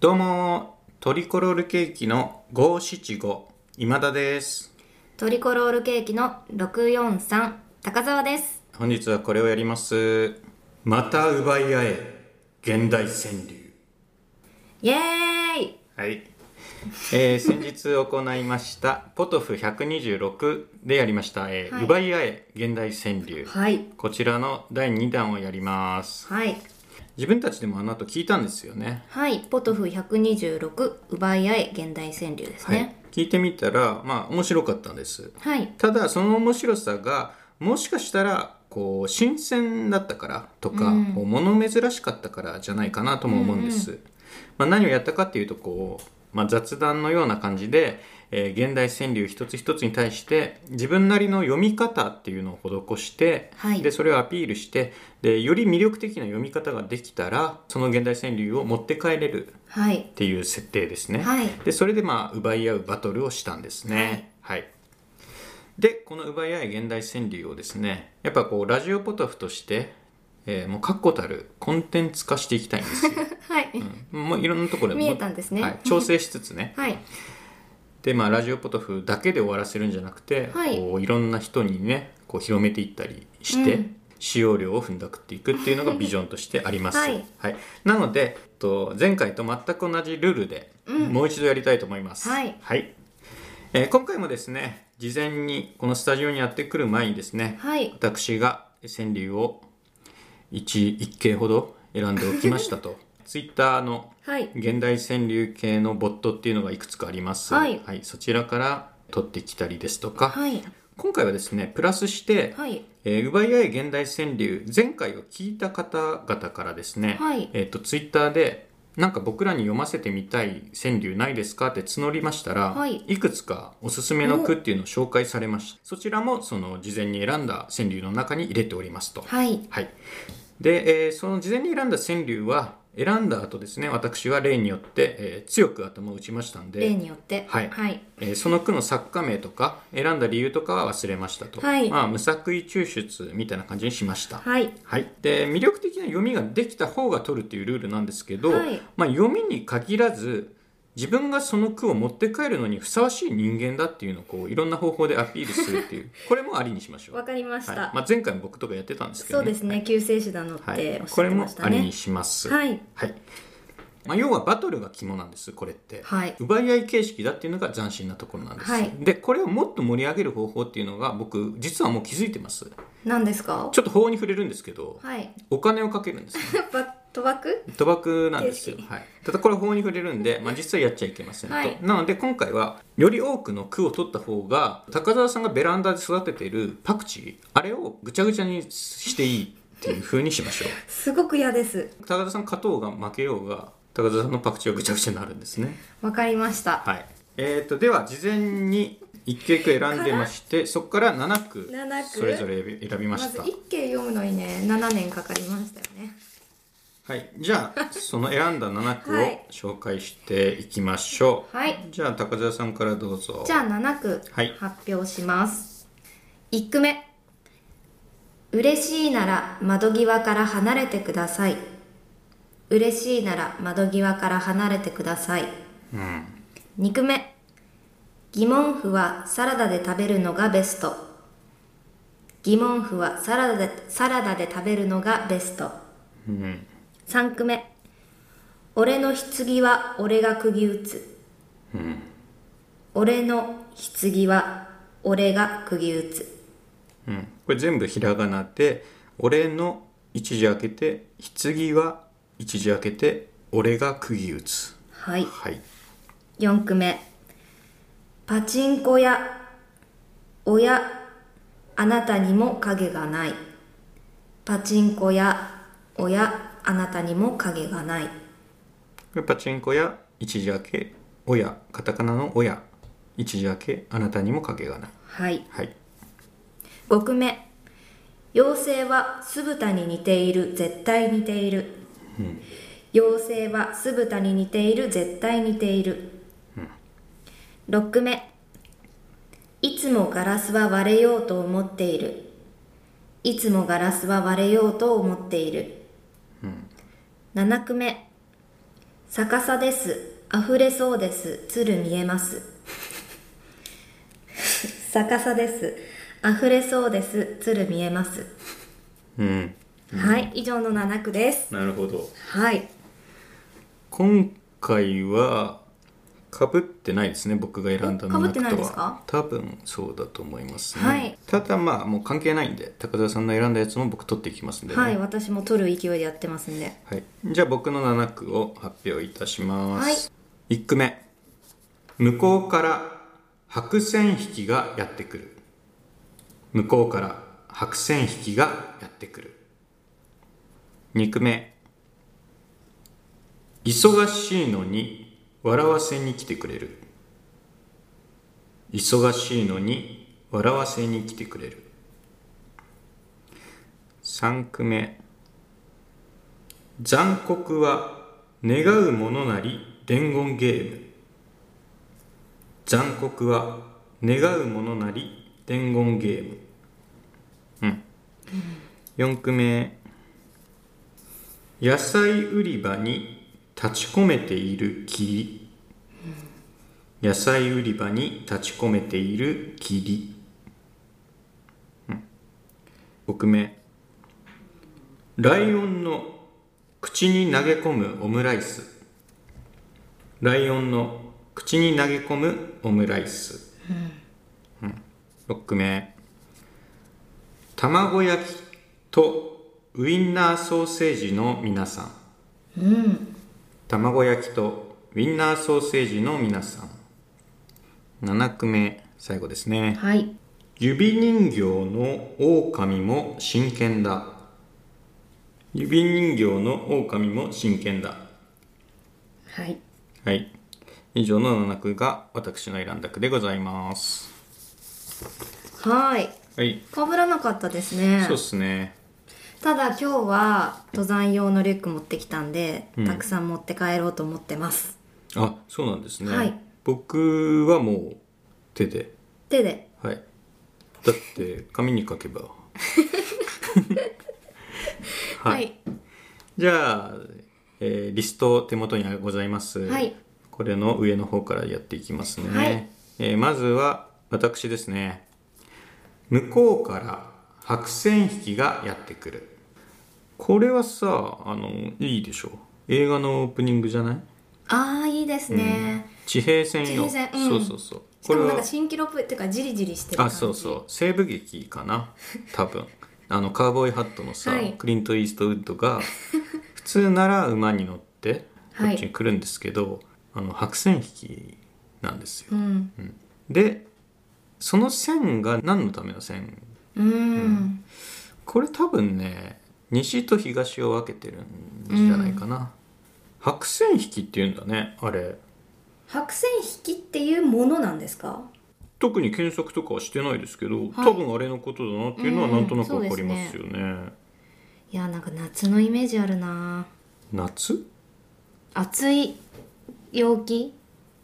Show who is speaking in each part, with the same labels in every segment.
Speaker 1: どうもトリコロールケーキの575今田です
Speaker 2: トリコロールケーキの643高澤です
Speaker 1: 本日はこれをやりますまた奪い合え現代川柳
Speaker 2: イエーイ
Speaker 1: はい、えー先日行いましたポトフ126でやりました、えー
Speaker 2: はい
Speaker 1: 奪い合え現代川柳
Speaker 2: はい
Speaker 1: こちらの第2弾をやります
Speaker 2: はい
Speaker 1: 自分たちでもあの後聞いたんですよね
Speaker 2: はいポトフ126奪い合い現代川柳です
Speaker 1: はい
Speaker 2: ね、
Speaker 1: 聞いてみたらまあ面白かったんです
Speaker 2: はい、
Speaker 1: ただその面白さがもしかしたらこう新鮮だったからとか、
Speaker 2: うん
Speaker 1: こう物珍しかったからじゃないかなとも思うんです、まあ、何をやったかっていうとこう、まあ、雑談のような感じで、えー現代川柳一つ一つに対して自分なりの読み方っていうのを施して、
Speaker 2: はい
Speaker 1: でそれをアピールしてでより魅力的な読み方ができたらその現代川柳を持って帰れる
Speaker 2: はい
Speaker 1: っていう設定ですね、
Speaker 2: はい
Speaker 1: でそれでまあ奪い合うバトルをしたんですねはい、でこの奪い合い現代川柳をですねやっぱこうラジオポトフとして、えーもう確固たるコンテンツ化していきたいんですよ
Speaker 2: はい、
Speaker 1: もういろんなところで
Speaker 2: 見えたんですね
Speaker 1: はい、調整しつつね
Speaker 2: はい
Speaker 1: でまあラジオポトフだけで終わらせるんじゃなくて、
Speaker 2: はい
Speaker 1: こういろんな人にねこう広めていったりして、
Speaker 2: うん
Speaker 1: 使用量を踏んだくっていくっていうのがビジョンとしてあります、
Speaker 2: はい
Speaker 1: なのでえっと前回と全く同じルールで、もう一度やりたいと思います
Speaker 2: はい
Speaker 1: えー今回もですね事前にこのスタジオにやってくる前にですね、
Speaker 2: はい
Speaker 1: 私が川柳を 1, 1件ほど選んでおきました とツイッターの
Speaker 2: はい
Speaker 1: 現代川柳系のボットっていうのがいくつかあります、
Speaker 2: はい
Speaker 1: そちらから取ってきたりですとか、
Speaker 2: はい
Speaker 1: 今回はですねプラスして、
Speaker 2: はい
Speaker 1: えー奪い合い現代川柳前回を聞いた方々からですね、
Speaker 2: はい
Speaker 1: えー、とツイッターでなんか僕らに読ませてみたい川柳ないですかって募りましたら、
Speaker 2: はい
Speaker 1: くつかおすすめの句っていうのを紹介されましたそちらもその事前に選んだ川柳の中に入れておりますと
Speaker 2: はい
Speaker 1: はい、で、えーその事前に選んだ川柳は選んだ後ですね私は例によって、えー強く頭を打ちましたんで
Speaker 2: 例によって
Speaker 1: はい
Speaker 2: はい
Speaker 1: えーその句の作家名とか選んだ理由とかは忘れましたと、
Speaker 2: はい
Speaker 1: まあ、無作為抽出みたいな感じにしました、はい
Speaker 2: はい
Speaker 1: で魅力的な読みができた方が取るっていうルールなんですけど、
Speaker 2: はい
Speaker 1: まあ、読みに限らず自分がその句を持って帰るのにふさわしい人間だっていうのをこういろんな方法でアピールするって いうこれもありにしましょう、
Speaker 2: わかりました、
Speaker 1: はいまあ、前回も僕とかやってたんですけど、
Speaker 2: そうですね、救世主だのっ
Speaker 1: はい
Speaker 2: ておっし
Speaker 1: こ
Speaker 2: ゃっ
Speaker 1: れ
Speaker 2: て
Speaker 1: も
Speaker 2: まし
Speaker 1: あ
Speaker 2: た
Speaker 1: り
Speaker 2: ね
Speaker 1: にします。
Speaker 2: はい
Speaker 1: はいまあ、要はバトルが肝なんですこれって、
Speaker 2: はい
Speaker 1: 奪い合い形式だっていうのが斬新なところなんです、
Speaker 2: はい
Speaker 1: でこれをもっと盛り上げる方法っていうのが僕実はもう気づいてます
Speaker 2: 何ですか
Speaker 1: ちょっと法に触れるんですけど、
Speaker 2: はい
Speaker 1: お金をかけるんですね
Speaker 2: バッ賭博
Speaker 1: 賭博なんですよ
Speaker 2: 形、式
Speaker 1: はい、ただこれ法に触れるんで、まあ、実はやっちゃいけませんと、
Speaker 2: はい
Speaker 1: なので今回はより多くの句を取った方が高澤さんがベランダで育てているパクチーあれをぐちゃぐちゃにしていいっていう風にしましょう
Speaker 2: すごく嫌です
Speaker 1: 高田さん勝とうが負けようが高田さんのパクチーはぐちゃぐちゃになるんですね
Speaker 2: わかりました
Speaker 1: はいえー、とでは事前に1曲選んでましてそこから7句
Speaker 2: 7句
Speaker 1: それぞれ選び選びま
Speaker 2: ま
Speaker 1: し
Speaker 2: ず
Speaker 1: た
Speaker 2: 一軒読むのにね7年かかりましたよね
Speaker 1: はいじゃあその選んだ7句
Speaker 2: は
Speaker 1: を
Speaker 2: い
Speaker 1: 紹介していきましょう、
Speaker 2: はい
Speaker 1: じゃあ高田さんからどうぞ
Speaker 2: じゃあ7句
Speaker 1: はい
Speaker 2: 発表します、一1句目嬉しいなら窓際から離れてください嬉しいなら窓際から離れてください、2句目疑問符はサラダで食べるのがベスト疑問符はサラダでサラダで食べるのがベスト、三3句目俺の棺は俺が釘打つ俺の棺は俺が釘打つ
Speaker 1: うん、これ全部ひらがなで「俺の一時開けて棺は一時開けて俺が釘打つ
Speaker 2: はい」
Speaker 1: はい
Speaker 2: 4句目パチンコ屋親あなたにも影がないパチンコ屋親あなたにも影がない
Speaker 1: これパチンコや一時明け親カタカナの親一時明けあなたにも影がない
Speaker 2: はい
Speaker 1: はい
Speaker 2: 5句目妖精は酢豚に似ている絶対似ている、妖精は酢豚に似ている絶対似ている、6句目いつもガラスは割れようと思っているいつもガラスは割れようと思っている、7句目逆さです溢れそうです鶴見えます逆さです溢れそうです鶴見えます、
Speaker 1: うん
Speaker 2: はい以上の7句です
Speaker 1: なるほど
Speaker 2: はい
Speaker 1: 今回はかぶってないですね僕が選んだの
Speaker 2: お被ってない
Speaker 1: 中と
Speaker 2: です
Speaker 1: は
Speaker 2: か
Speaker 1: 多分そうだと思いますね、
Speaker 2: はい
Speaker 1: ただまあもう関係ないんで高田さんの選んだやつも僕取っていきますんでね、
Speaker 2: はい私も取る勢いでやってますんで
Speaker 1: はい、じゃあ僕の7句を発表いたします、
Speaker 2: は
Speaker 1: 1句目向こうから白線引きがやってくる向こうから白線引きがやってくる2句目忙しいのに笑わせに来てくれる忙しいのに笑わせに来てくれる3句目残酷は願うものなり伝言ゲーム残酷は願うものなり伝言ゲームうん4句目野菜売り場に立ち込めている霧野菜売り場に立ち込めている霧、うん、5句目ライオンの口に投げ込むオムライスライオンの口に投げ込むオムライス、うん6句目卵焼きとウインナーソーセージの皆さん、卵焼きとウインナーソーセージの皆さん7句目最後ですね
Speaker 2: はい
Speaker 1: 指人形の狼も真剣だ指人形の狼も真剣だ
Speaker 2: はい
Speaker 1: はい以上の7句が私の選んだ句でございます
Speaker 2: はい
Speaker 1: はい
Speaker 2: かぶらなかったですね
Speaker 1: そうっすね
Speaker 2: ただ今日は登山用のリュック持ってきたんで、
Speaker 1: うん
Speaker 2: たくさん持って帰ろうと思ってます
Speaker 1: あそうなんですね、
Speaker 2: はい
Speaker 1: 僕はもう手で
Speaker 2: 手で
Speaker 1: はいだって紙に書け ばはい、じゃあ、えーリスト手元にございます、
Speaker 2: はい
Speaker 1: これの上の方からやっていきますね、
Speaker 2: はい
Speaker 1: えーまずは私ですね向こうから白線引きがやってくるこれはさあのいいでしょ映画のオープニングじゃない
Speaker 2: ああいいですね、
Speaker 1: 地平線よ
Speaker 2: 地平線うん
Speaker 1: そうそうそう
Speaker 2: しかもなん
Speaker 1: は
Speaker 2: か新記録っていうかジリジリしてる感
Speaker 1: あ
Speaker 2: じ
Speaker 1: そうそう西部劇か な多分あのカウボーイハットのさ、
Speaker 2: はい
Speaker 1: クリント・イーストウッド が普通なら馬に乗ってこ
Speaker 2: はい
Speaker 1: っちに来るんですけど、あの白線引きなんですよ、
Speaker 2: うん
Speaker 1: でその線が何のための線
Speaker 2: うーん
Speaker 1: これ多分ね西と東を分けてるんじゃないかな、白線引きっていうんだねあれ
Speaker 2: 白線引きっていうものなんですか
Speaker 1: 特に検索とかはしてないですけど、
Speaker 2: はい
Speaker 1: 多分あれのことだなっていうのはなんとなく
Speaker 2: うん
Speaker 1: 分かりますよね
Speaker 2: いやなんか夏のイメージあるな
Speaker 1: 夏
Speaker 2: 暑い陽気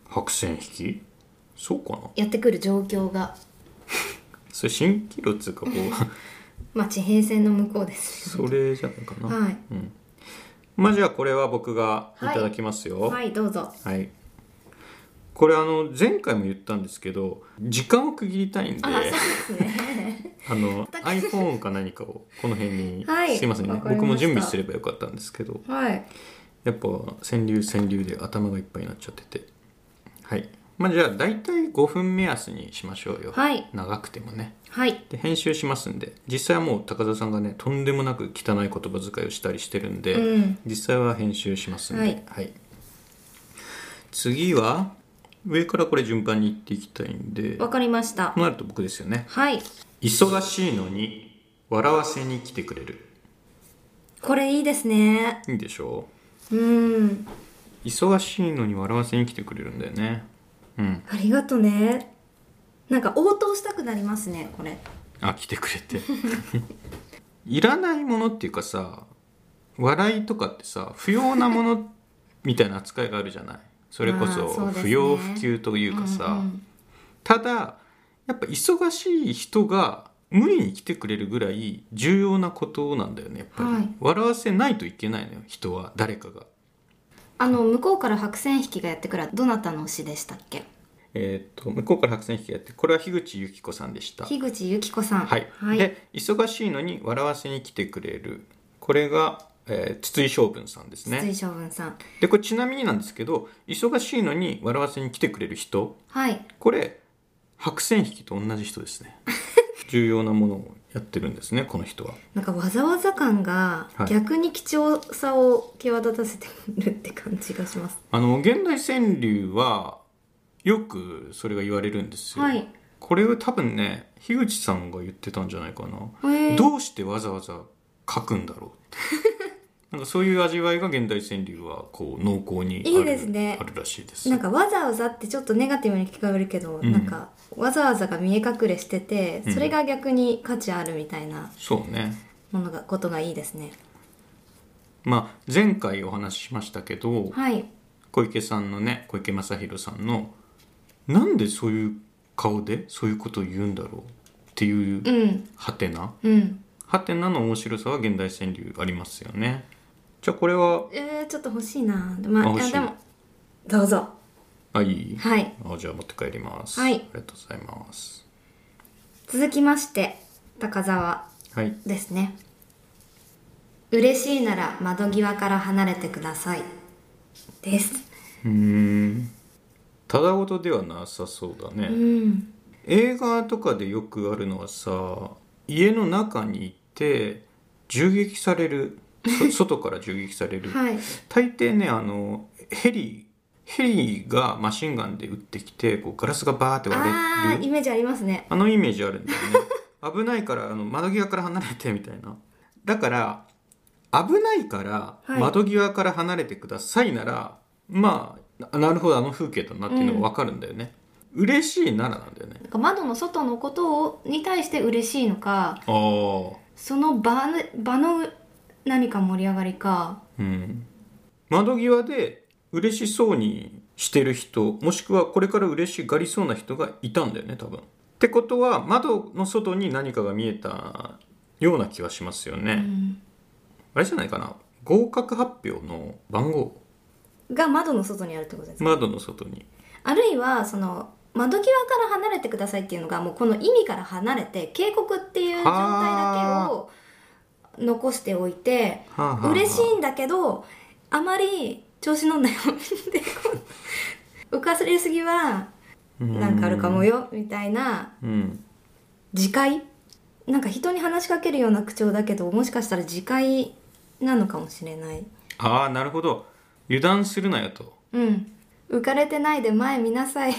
Speaker 1: 白線引きそうかな
Speaker 2: やってくる状況が
Speaker 1: それ蜃気楼っつうかこう
Speaker 2: まあ地平線の向こうで す
Speaker 1: それじゃないかな、
Speaker 2: はい
Speaker 1: うん、まあじゃあこれは僕がいただきますよ
Speaker 2: はいどうぞ
Speaker 1: はいこれあの前回も言ったんですけど時間を区切りたいんであ
Speaker 2: そうですね
Speaker 1: の iPhone か何かをこの辺に、
Speaker 2: はい
Speaker 1: すいませんね
Speaker 2: わかりました
Speaker 1: 僕も準備すればよかったんですけど
Speaker 2: はい
Speaker 1: やっぱ川柳川柳で頭がいっぱいになっちゃっててはいまあじゃあ大体5分目安にしましょうよ、
Speaker 2: はい
Speaker 1: 長くてもね
Speaker 2: はい
Speaker 1: で編集しますんで実際はもう高田さんがねとんでもなく汚い言葉遣いをしたりしてるんで、
Speaker 2: うん
Speaker 1: 実際は編集しますんで、
Speaker 2: はい
Speaker 1: 次は上からこれ順番にいっていきたいんで
Speaker 2: わかりました
Speaker 1: となると僕ですよね
Speaker 2: はい
Speaker 1: 忙しいのに笑わせに来てくれる
Speaker 2: これいいですね
Speaker 1: いいでしょ
Speaker 2: うん
Speaker 1: う忙しいのに笑わせに来てくれるんだよねうん
Speaker 2: ありがとねなんか応答したくなりますねこれ
Speaker 1: あ来てくれていらないものっていうかさ笑いとかってさ不要なものみたいな扱いがあるじゃないそれこ
Speaker 2: まあ
Speaker 1: そ
Speaker 2: そうですね
Speaker 1: 不要不急というかさ、
Speaker 2: うんうん
Speaker 1: ただやっぱ忙しい人が無理に来てくれるぐらい重要なことなんだよねやっぱり、
Speaker 2: はい
Speaker 1: 笑わせないといけないのよ人は誰かが
Speaker 2: あの向こうから白線引きがやってくるどなたの推しでしたっけ
Speaker 1: えー、と向こうから白線引きやってこれは樋口由紀子さんでした
Speaker 2: 樋口由紀子さん
Speaker 1: はい、で忙しいのに笑わせに来てくれるこれが、えー筒井将軍さんです
Speaker 2: 筒井
Speaker 1: ね
Speaker 2: 将軍さん
Speaker 1: でこれちなみになんですけど忙しいのに笑わせに来てくれる人
Speaker 2: はい
Speaker 1: これ白線引きと同じ人です ね重要なものをやってるんですねこの人は
Speaker 2: なんかわざわざ感が
Speaker 1: はい
Speaker 2: 逆に貴重さを際立たせてるって感じがします、
Speaker 1: あの現代川柳はよくそれが言われるんですよ、
Speaker 2: はい
Speaker 1: これを多分ね樋口さんが言ってたんじゃないかな、
Speaker 2: へー
Speaker 1: どうしてわざわざ書くんだろうって なんかそういう味わいが現代川柳はこう濃厚にある
Speaker 2: いいですね
Speaker 1: あるらしいです
Speaker 2: なんかわざわざってちょっとネガティブに聞こえるけど、
Speaker 1: ん
Speaker 2: なんかわざわざが見え隠れしてて
Speaker 1: うん
Speaker 2: それが逆に価値あるみたいな
Speaker 1: そうね
Speaker 2: ものがことがいいですね
Speaker 1: まあ前回お話ししましたけど
Speaker 2: はい
Speaker 1: 小池さんのね小池正弘さんのなんでそういう顔でそういうことを言うんだろうっていう
Speaker 2: うん
Speaker 1: ハテナ
Speaker 2: うん
Speaker 1: ハテナの面白さは現代川柳ありますよねじゃあこれは
Speaker 2: えー、ちょっと欲しいなまあ
Speaker 1: あ欲しい
Speaker 2: でもどうぞ
Speaker 1: あいい、
Speaker 2: はい
Speaker 1: あじゃあ持って帰ります、
Speaker 2: はい
Speaker 1: ありがとうございます
Speaker 2: 続きまして高沢
Speaker 1: はい
Speaker 2: ですね嬉しいなら窓際から離れてくださいです
Speaker 1: うーんただごとではなさそうだね、
Speaker 2: うん
Speaker 1: 映画とかでよくあるのはさ家の中にいて銃撃されるそ 外から銃撃される、
Speaker 2: はい
Speaker 1: 大抵ねあのヘリヘリがマシンガンで撃ってきてこうガラスがバーって割れる
Speaker 2: あーイメージありますね
Speaker 1: あのイメージあるんだよね 危ないからあの窓際から離れてみたいなだから危ないから
Speaker 2: はい
Speaker 1: 窓際から離れてくださいなら、まあななるほどあの風景だなっていうのが分かるんだよね、嬉しいならなんだよね
Speaker 2: なんか窓の外のことをに対して嬉しいの
Speaker 1: あ
Speaker 2: か
Speaker 1: あ
Speaker 2: その場の場の何か盛り上がりか
Speaker 1: うん窓際で嬉しそうにしてる人もしくはこれから嬉しがりそうな人がいたんだよね多分ってことは窓の外に何かが見えたような気がしますよね、
Speaker 2: うん
Speaker 1: あれじゃないかな合格発表の番号
Speaker 2: が窓の外にあるってことですか
Speaker 1: 窓の外に
Speaker 2: あるいはその窓際から離れてくださいっていうのがもうこの意味から離れて警告っていう状態だけを残しておいて
Speaker 1: はあはあはあ
Speaker 2: 嬉しいんだけどあまり調子乗んなよでこう浮 かせすぎはなんかあるかもよみたいな
Speaker 1: うん
Speaker 2: 自戒なんか人に話しかけるような口調だけどもしかしたら自戒なのかもしれない
Speaker 1: ああなるほど油断するなよと
Speaker 2: うん浮かれてないで前見なさいい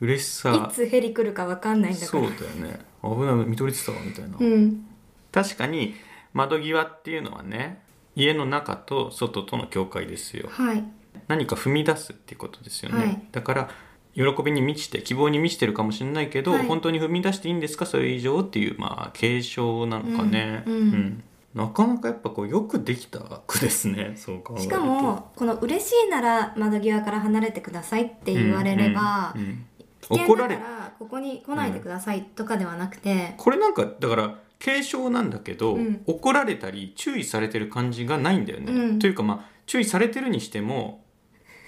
Speaker 1: 嬉しさ
Speaker 2: つヘリ来るか分かんないんだか
Speaker 1: そう
Speaker 2: ら
Speaker 1: だよね危ない見とれてたわみたいな、
Speaker 2: うん
Speaker 1: 確かに窓際っていうのはね家の中と外との境界ですよ
Speaker 2: はい
Speaker 1: 何か踏み出すっていうことですよね、
Speaker 2: はい
Speaker 1: だから喜びに満ちて希望に満ちてるかもしれないけど、
Speaker 2: はい
Speaker 1: 本当に踏み出していいんですかそれ以上っていうまあ継承なのかね、
Speaker 2: うん
Speaker 1: なかなかやっぱこうよくできた句ですねそう考えると
Speaker 2: しかもこの「嬉しいなら窓際から離れてください」って言われれば
Speaker 1: うんうんうん
Speaker 2: 危険
Speaker 1: 怒
Speaker 2: だ
Speaker 1: られ
Speaker 2: からここに来ないでくださいとかではなくて
Speaker 1: これなんかだから軽症なんだけど、
Speaker 2: うん
Speaker 1: 怒られたり注意されてる感じがないんだよね、
Speaker 2: うん
Speaker 1: というかまあ注意されてるにしても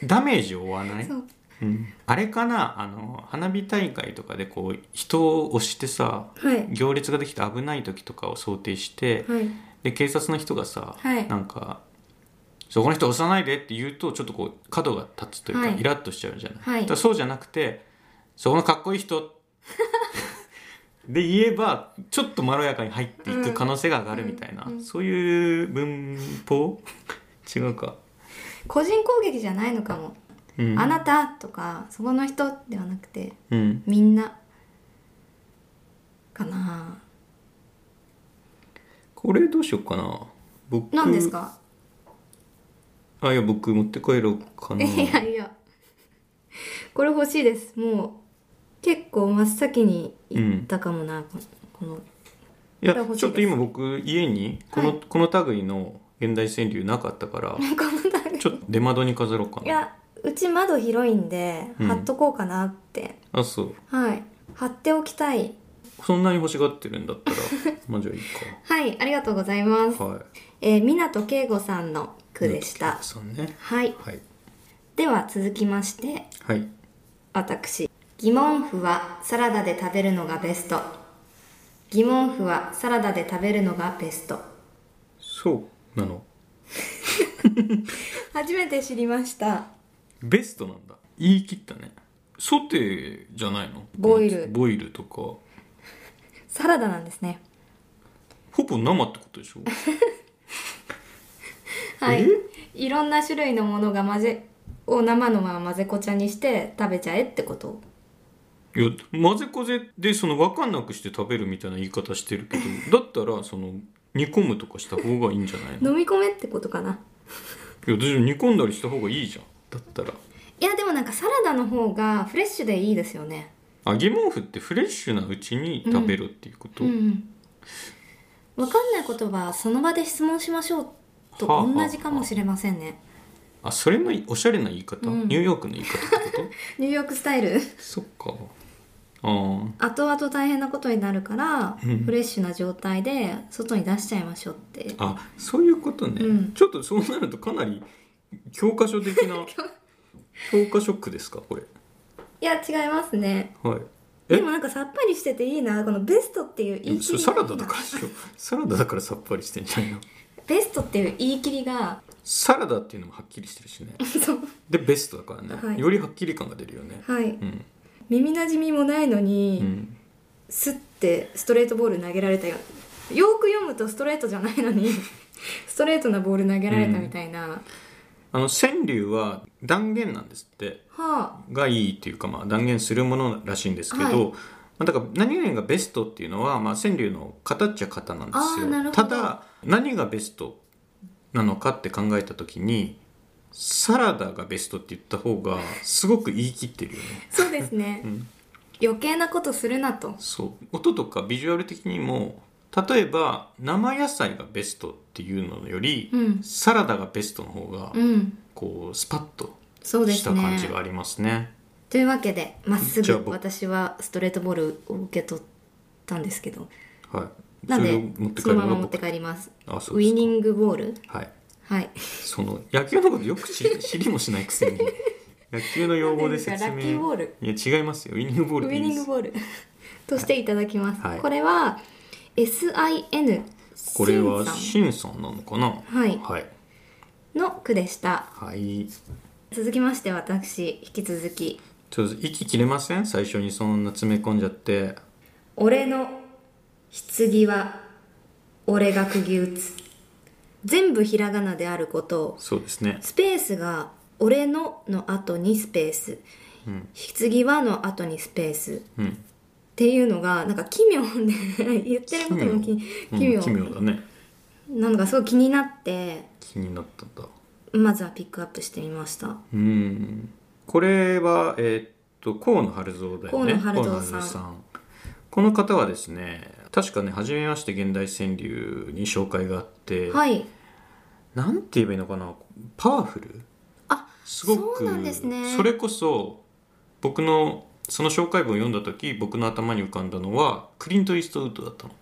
Speaker 1: ダメージを負わない
Speaker 2: そう
Speaker 1: うんあれかなあの花火大会とかでこう人を押してさ
Speaker 2: はい
Speaker 1: 行列ができて危ない時とかを想定して、
Speaker 2: はい
Speaker 1: で警察の人がさ、
Speaker 2: はい
Speaker 1: なんか「そこの人押さないで」って言うとちょっとこう角が立つというか、
Speaker 2: はい
Speaker 1: イラッとしちゃうじゃない、
Speaker 2: はい
Speaker 1: だからそうじゃなくて「そこのかっこいい人」 で言えばちょっとまろやかに入っていく可能性が上がるみたいな、
Speaker 2: うんうん
Speaker 1: そういう文法 違うか、
Speaker 2: 個人攻撃じゃないのかも
Speaker 1: うん、
Speaker 2: あなたとかそこの人ではなくて
Speaker 1: うん
Speaker 2: みんなかな
Speaker 1: これどうしようかな僕
Speaker 2: 何ですか
Speaker 1: あいや僕持って帰ろうかない
Speaker 2: やいやこれ欲しいですもう結構真っ先に行ったかもな、ここの
Speaker 1: いや
Speaker 2: これ欲しいです
Speaker 1: ちょっと今僕家にこの,、
Speaker 2: はい
Speaker 1: この類の現代川柳なかったから
Speaker 2: この段階
Speaker 1: ちょっと出窓に飾ろうか
Speaker 2: い
Speaker 1: な
Speaker 2: やうち窓広いんで
Speaker 1: うん
Speaker 2: 貼っとこうかなって、
Speaker 1: あそう
Speaker 2: はい貼っておきたい
Speaker 1: そんなに欲しがってるんだ ったらまあじゃあいい
Speaker 2: はいありがとうございます、
Speaker 1: かはい
Speaker 2: えー、湊圭吾さんの句でし
Speaker 1: 宮
Speaker 2: た
Speaker 1: 崎さんね
Speaker 2: はい
Speaker 1: はい
Speaker 2: では続きまして
Speaker 1: はい
Speaker 2: 私疑問符はサラダで食べるのがベスト疑問符はサラダで食べるのがベスト
Speaker 1: そうなの
Speaker 2: 初めて知りました
Speaker 1: ベストなんだ言い切ったねソテーじゃないの
Speaker 2: ボイル
Speaker 1: ボイルとか
Speaker 2: サラダなんですね
Speaker 1: ほぼ生ってことでしょ
Speaker 2: はいいろんな種類のものが混ぜを生のまま混ぜこちゃにして食べちゃえってこと
Speaker 1: いや混ぜこぜでその分かんなくして食べるみたいな言い方してるけど だったらその煮込むとかした方がいいんじゃないの
Speaker 2: 飲み込めってことかない
Speaker 1: やでも煮込んだりした方がいいじゃんだったら
Speaker 2: いやでもなんかサラダの方がフレッシュでいいですよね
Speaker 1: 揚げ毛布ってフレッシュなうちに食べろっていうこと、
Speaker 2: うん分かんないことはその場で質問しましょうと同じかもしれませんね、
Speaker 1: あそれのおしゃれな言い方、
Speaker 2: うん
Speaker 1: ニューヨークの言い方って こと
Speaker 2: ニューヨークスタイル
Speaker 1: そっかああ
Speaker 2: 後々大変なことになるから、
Speaker 1: うん
Speaker 2: フレッシュな状態で外に出しちゃいましょうって
Speaker 1: あそういうことね、
Speaker 2: うん
Speaker 1: ちょっとそうなるとかなり教科書的 な教科ショックですかこれ
Speaker 2: いや違いますね
Speaker 1: はいえ
Speaker 2: でもなんかさっぱりしてていいなこのベストっていう言い切
Speaker 1: それ
Speaker 2: り
Speaker 1: サ
Speaker 2: が
Speaker 1: ラダだからでしょ サラダだからさっぱりしてんじゃないの
Speaker 2: ベストっていう言い切りが
Speaker 1: サラダっていうのもはっきりしてるしね
Speaker 2: そう
Speaker 1: でベストだからね、
Speaker 2: はい
Speaker 1: よりはっきり感が出るよね
Speaker 2: はい
Speaker 1: うん、
Speaker 2: 耳なじみもないのに、
Speaker 1: うん、
Speaker 2: スッてストレートボール投げられたよよく読むとストレートじゃない のにストレートなボール投げられたみたいな、は
Speaker 1: あの川柳は断言なんですって
Speaker 2: あ
Speaker 1: がいいっていうか、まあ、断言するものらしいんですけど、
Speaker 2: はい
Speaker 1: まあ、だから何々がベストっていうのは、まあ、川柳の型っちゃ型なんで
Speaker 2: あーな
Speaker 1: す
Speaker 2: る
Speaker 1: よ
Speaker 2: ほど
Speaker 1: ただ何がベストなのかって考えた時にサラダがベストって言った方がすごく言い切ってるよね、
Speaker 2: そうですね、
Speaker 1: うん、
Speaker 2: 余計なことするなと
Speaker 1: そう音とかビジュアル的にも例えば生野菜がベストっていうのより、
Speaker 2: うん
Speaker 1: サラダがベストの方が
Speaker 2: うん
Speaker 1: こうスパッと
Speaker 2: そうで
Speaker 1: し
Speaker 2: す
Speaker 1: た
Speaker 2: ね
Speaker 1: 感じがありますね
Speaker 2: というわけでまっす
Speaker 1: じゃあ
Speaker 2: ぐ
Speaker 1: 僕
Speaker 2: 私はストレートボールを受け取ったんですけど
Speaker 1: はい
Speaker 2: なん
Speaker 1: それを
Speaker 2: で
Speaker 1: 持って帰
Speaker 2: その
Speaker 1: る
Speaker 2: まま
Speaker 1: の
Speaker 2: 持って帰ります
Speaker 1: あそう
Speaker 2: ウ
Speaker 1: ですか
Speaker 2: ィニングボール
Speaker 1: はい
Speaker 2: はい
Speaker 1: その野球のことよく知り 知りもしないく せに野球の用語で説
Speaker 2: なんていうんですかラッキーボ
Speaker 1: 明
Speaker 2: ー
Speaker 1: い
Speaker 2: ル
Speaker 1: や違いますよウィニングボール
Speaker 2: ウ
Speaker 1: で
Speaker 2: ィ
Speaker 1: いい
Speaker 2: ニ
Speaker 1: で
Speaker 2: ング
Speaker 1: す
Speaker 2: ボールとしていただきます、
Speaker 1: はい
Speaker 2: これは SIN
Speaker 1: これは
Speaker 2: シ
Speaker 1: シンさんなのかな
Speaker 2: はい
Speaker 1: はい、
Speaker 2: ンさんの句でした
Speaker 1: はい、
Speaker 2: 続きまして私引き続き
Speaker 1: ちょっと息切れません最初にそんな詰め込んじゃって
Speaker 2: 「俺の棺は俺が釘打つ」全部ひらがなであることを
Speaker 1: そうですね
Speaker 2: スペースが「俺の」の後にスペース
Speaker 1: うん
Speaker 2: 「棺は」の後にスペースっ
Speaker 1: うん
Speaker 2: ていうのがなんか奇妙で 言ってることも奇
Speaker 1: うん
Speaker 2: 奇妙,、
Speaker 1: 奇妙だね
Speaker 2: なのがすごい気になって
Speaker 1: 気になったんだ
Speaker 2: まずはピックアップしてみました
Speaker 1: うんこれはえーっと河野晴蔵だよね
Speaker 2: 河野晴蔵さん
Speaker 1: 河野んこの方はですね確かね「初めまして現代川柳」に紹介があって
Speaker 2: はい
Speaker 1: なんて言えばいいのかなパワフル
Speaker 2: あ
Speaker 1: すごく
Speaker 2: そうなんですね
Speaker 1: それこそ僕のその紹介文を読んだ時僕の頭に浮かんだのはクリント・イーストウッドだったの、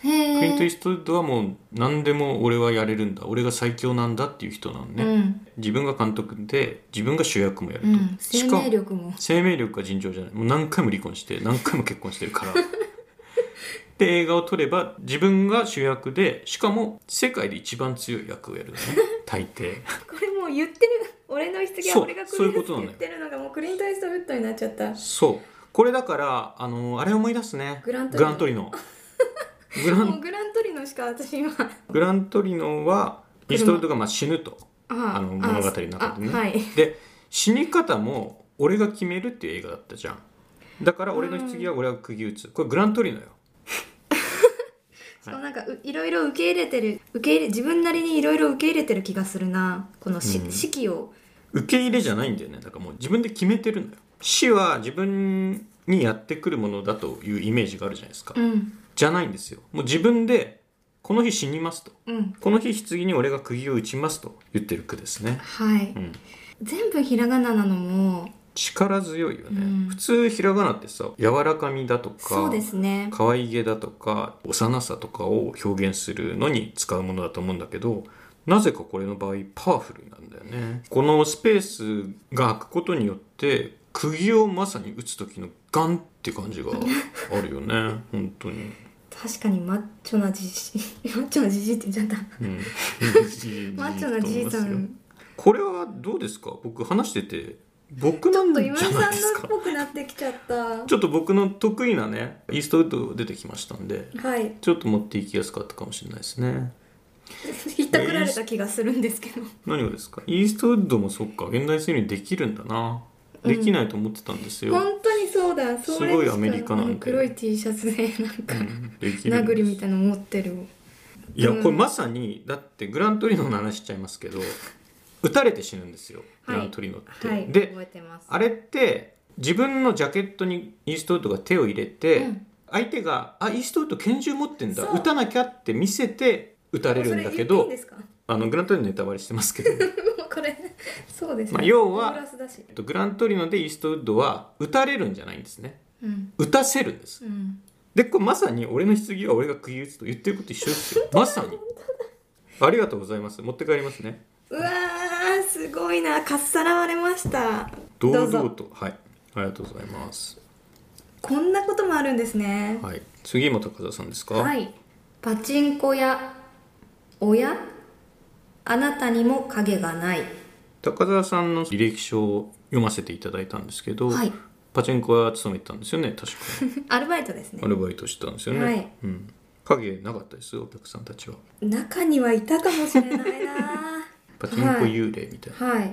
Speaker 2: へえ
Speaker 1: クリント・イーストウッドはもう何でも俺はやれるんだ俺が最強なんだっていう人なのね、
Speaker 2: うん、
Speaker 1: 自分が監督で自分が主役もやる
Speaker 2: う
Speaker 1: と、
Speaker 2: ん、
Speaker 1: し
Speaker 2: 生
Speaker 1: か
Speaker 2: 命力も
Speaker 1: 生命力が尋常じゃないもう何回も離婚して何回も結婚してるから で映画を撮れば自分が主役でしかも世界で一番強い役をやるの ね大抵
Speaker 2: これもう言ってる俺の棺
Speaker 1: そう
Speaker 2: は俺が
Speaker 1: そう
Speaker 2: 首
Speaker 1: いう
Speaker 2: で
Speaker 1: こ
Speaker 2: す
Speaker 1: と
Speaker 2: っ
Speaker 1: なのよ
Speaker 2: て言ってるのがもうクリント・イーストウッドになっちゃった
Speaker 1: そうこれだからあのあれ思い出すね
Speaker 2: グラントリ
Speaker 1: グ
Speaker 2: ノ
Speaker 1: ラントリノグラ
Speaker 2: もう
Speaker 1: ン
Speaker 2: グラントリノしか私今
Speaker 1: グラントリノはイーストウッドがまあ死ぬと
Speaker 2: あ
Speaker 1: あの物語の中でね
Speaker 2: あはい
Speaker 1: で死に方も俺が決めるっていう映画だったじゃんだから俺の棺は俺が釘打つこれグラントリノよ
Speaker 2: そうなんかういろいろ受け入れてる受け入れ自分なりにいろいろ受け入れてる気がするなこのし、
Speaker 1: うん
Speaker 2: 四季を
Speaker 1: 受け入れじゃないんだよねだからもう自分で決めてるのよ死は自分にやってくるものだというイメージがあるじゃないですか、
Speaker 2: うん
Speaker 1: じゃないんですよもう自分でこの日死にますと
Speaker 2: うん
Speaker 1: この日棺に俺が釘を打ちますと言ってる句ですね、
Speaker 2: はい、
Speaker 1: うん、
Speaker 2: 全部ひらがななのも
Speaker 1: 力強いよね、
Speaker 2: うん
Speaker 1: 普通ひらがなってさ柔らかみだとか
Speaker 2: そうですね
Speaker 1: 可愛げだとか幼さとかを表現するのに使うものだと思うんだけどなぜかこれの場合パワフルなんだよねこのスペースが空くことによって釘をまさに打つ時のガンって感じがあるよ ね本当に
Speaker 2: 確かにマッチョなじじい マッチョなじじいって言っちゃっ
Speaker 1: うん
Speaker 2: たマッチョなじいさ
Speaker 1: いいと思いますよ
Speaker 2: ん
Speaker 1: これはどうですか僕話してて僕
Speaker 2: ち
Speaker 1: な
Speaker 2: ょ
Speaker 1: ん
Speaker 2: っ
Speaker 1: じ
Speaker 2: と
Speaker 1: ゃ
Speaker 2: 今井さん
Speaker 1: ないです
Speaker 2: の
Speaker 1: か
Speaker 2: っぽくなってきちゃった
Speaker 1: ちょっと僕の得意なねイーストウッド出てきましたんで
Speaker 2: はい
Speaker 1: ちょっと持っていきやすかったかもしれないですね
Speaker 2: ひったくられた気がするんですけど
Speaker 1: 何がですかイーストウッドもそっか現代性にできるんだなできないと思ってたんですよ、
Speaker 2: 本当にそうだそれ
Speaker 1: すごい
Speaker 2: でした
Speaker 1: アメリカなんで
Speaker 2: あの黒い T シャツでなんか、
Speaker 1: うん できる
Speaker 2: 殴りみたいなの持ってる
Speaker 1: いや
Speaker 2: うん
Speaker 1: これまさにだってグラントリノの話しちゃいますけど撃たれて死ぬんですよグ
Speaker 2: はい
Speaker 1: ラントリノって、
Speaker 2: はい
Speaker 1: で
Speaker 2: 覚えてます
Speaker 1: あれって自分のジャケットにイーストウッドが手を入れて、
Speaker 2: うん
Speaker 1: 相手が「あイーストウッド拳銃持ってんだ
Speaker 2: そう
Speaker 1: 撃たなきゃ」って見せて撃たれるんだけ
Speaker 2: それ言っていいん
Speaker 1: ど
Speaker 2: ですか も
Speaker 1: あのグラントリノネタバレしてますけど
Speaker 2: うこれそうですね、
Speaker 1: まあ要は
Speaker 2: コーラスだし
Speaker 1: えっとグラントリノでイーストウッドは撃たれるんじゃないんですね
Speaker 2: うん
Speaker 1: 撃たせるんです
Speaker 2: うん
Speaker 1: でこれまさに俺の棺は俺が釘打つと言ってること一緒ですよまさにありがとうございます持って帰りますね
Speaker 2: うわーすごいなかっさらわれました
Speaker 1: 堂
Speaker 2: どう
Speaker 1: 々
Speaker 2: ぞ
Speaker 1: とはいありがとうございます
Speaker 2: こんなこともあるんですね
Speaker 1: はい次も高田さんですか
Speaker 2: はいパチンコ屋親あなたにも影がない
Speaker 1: 高田さんの履歴書を読ませていただいたんですけど、
Speaker 2: はい
Speaker 1: パチンコ屋勤めてたんですよね確か
Speaker 2: アルバイトですね
Speaker 1: アルバイトしてたんですよね、
Speaker 2: はい
Speaker 1: うん、影なかったですよお客さんたちは
Speaker 2: 中にはいたかもしれな いな
Speaker 1: パチンコ幽霊みたいな、
Speaker 2: はい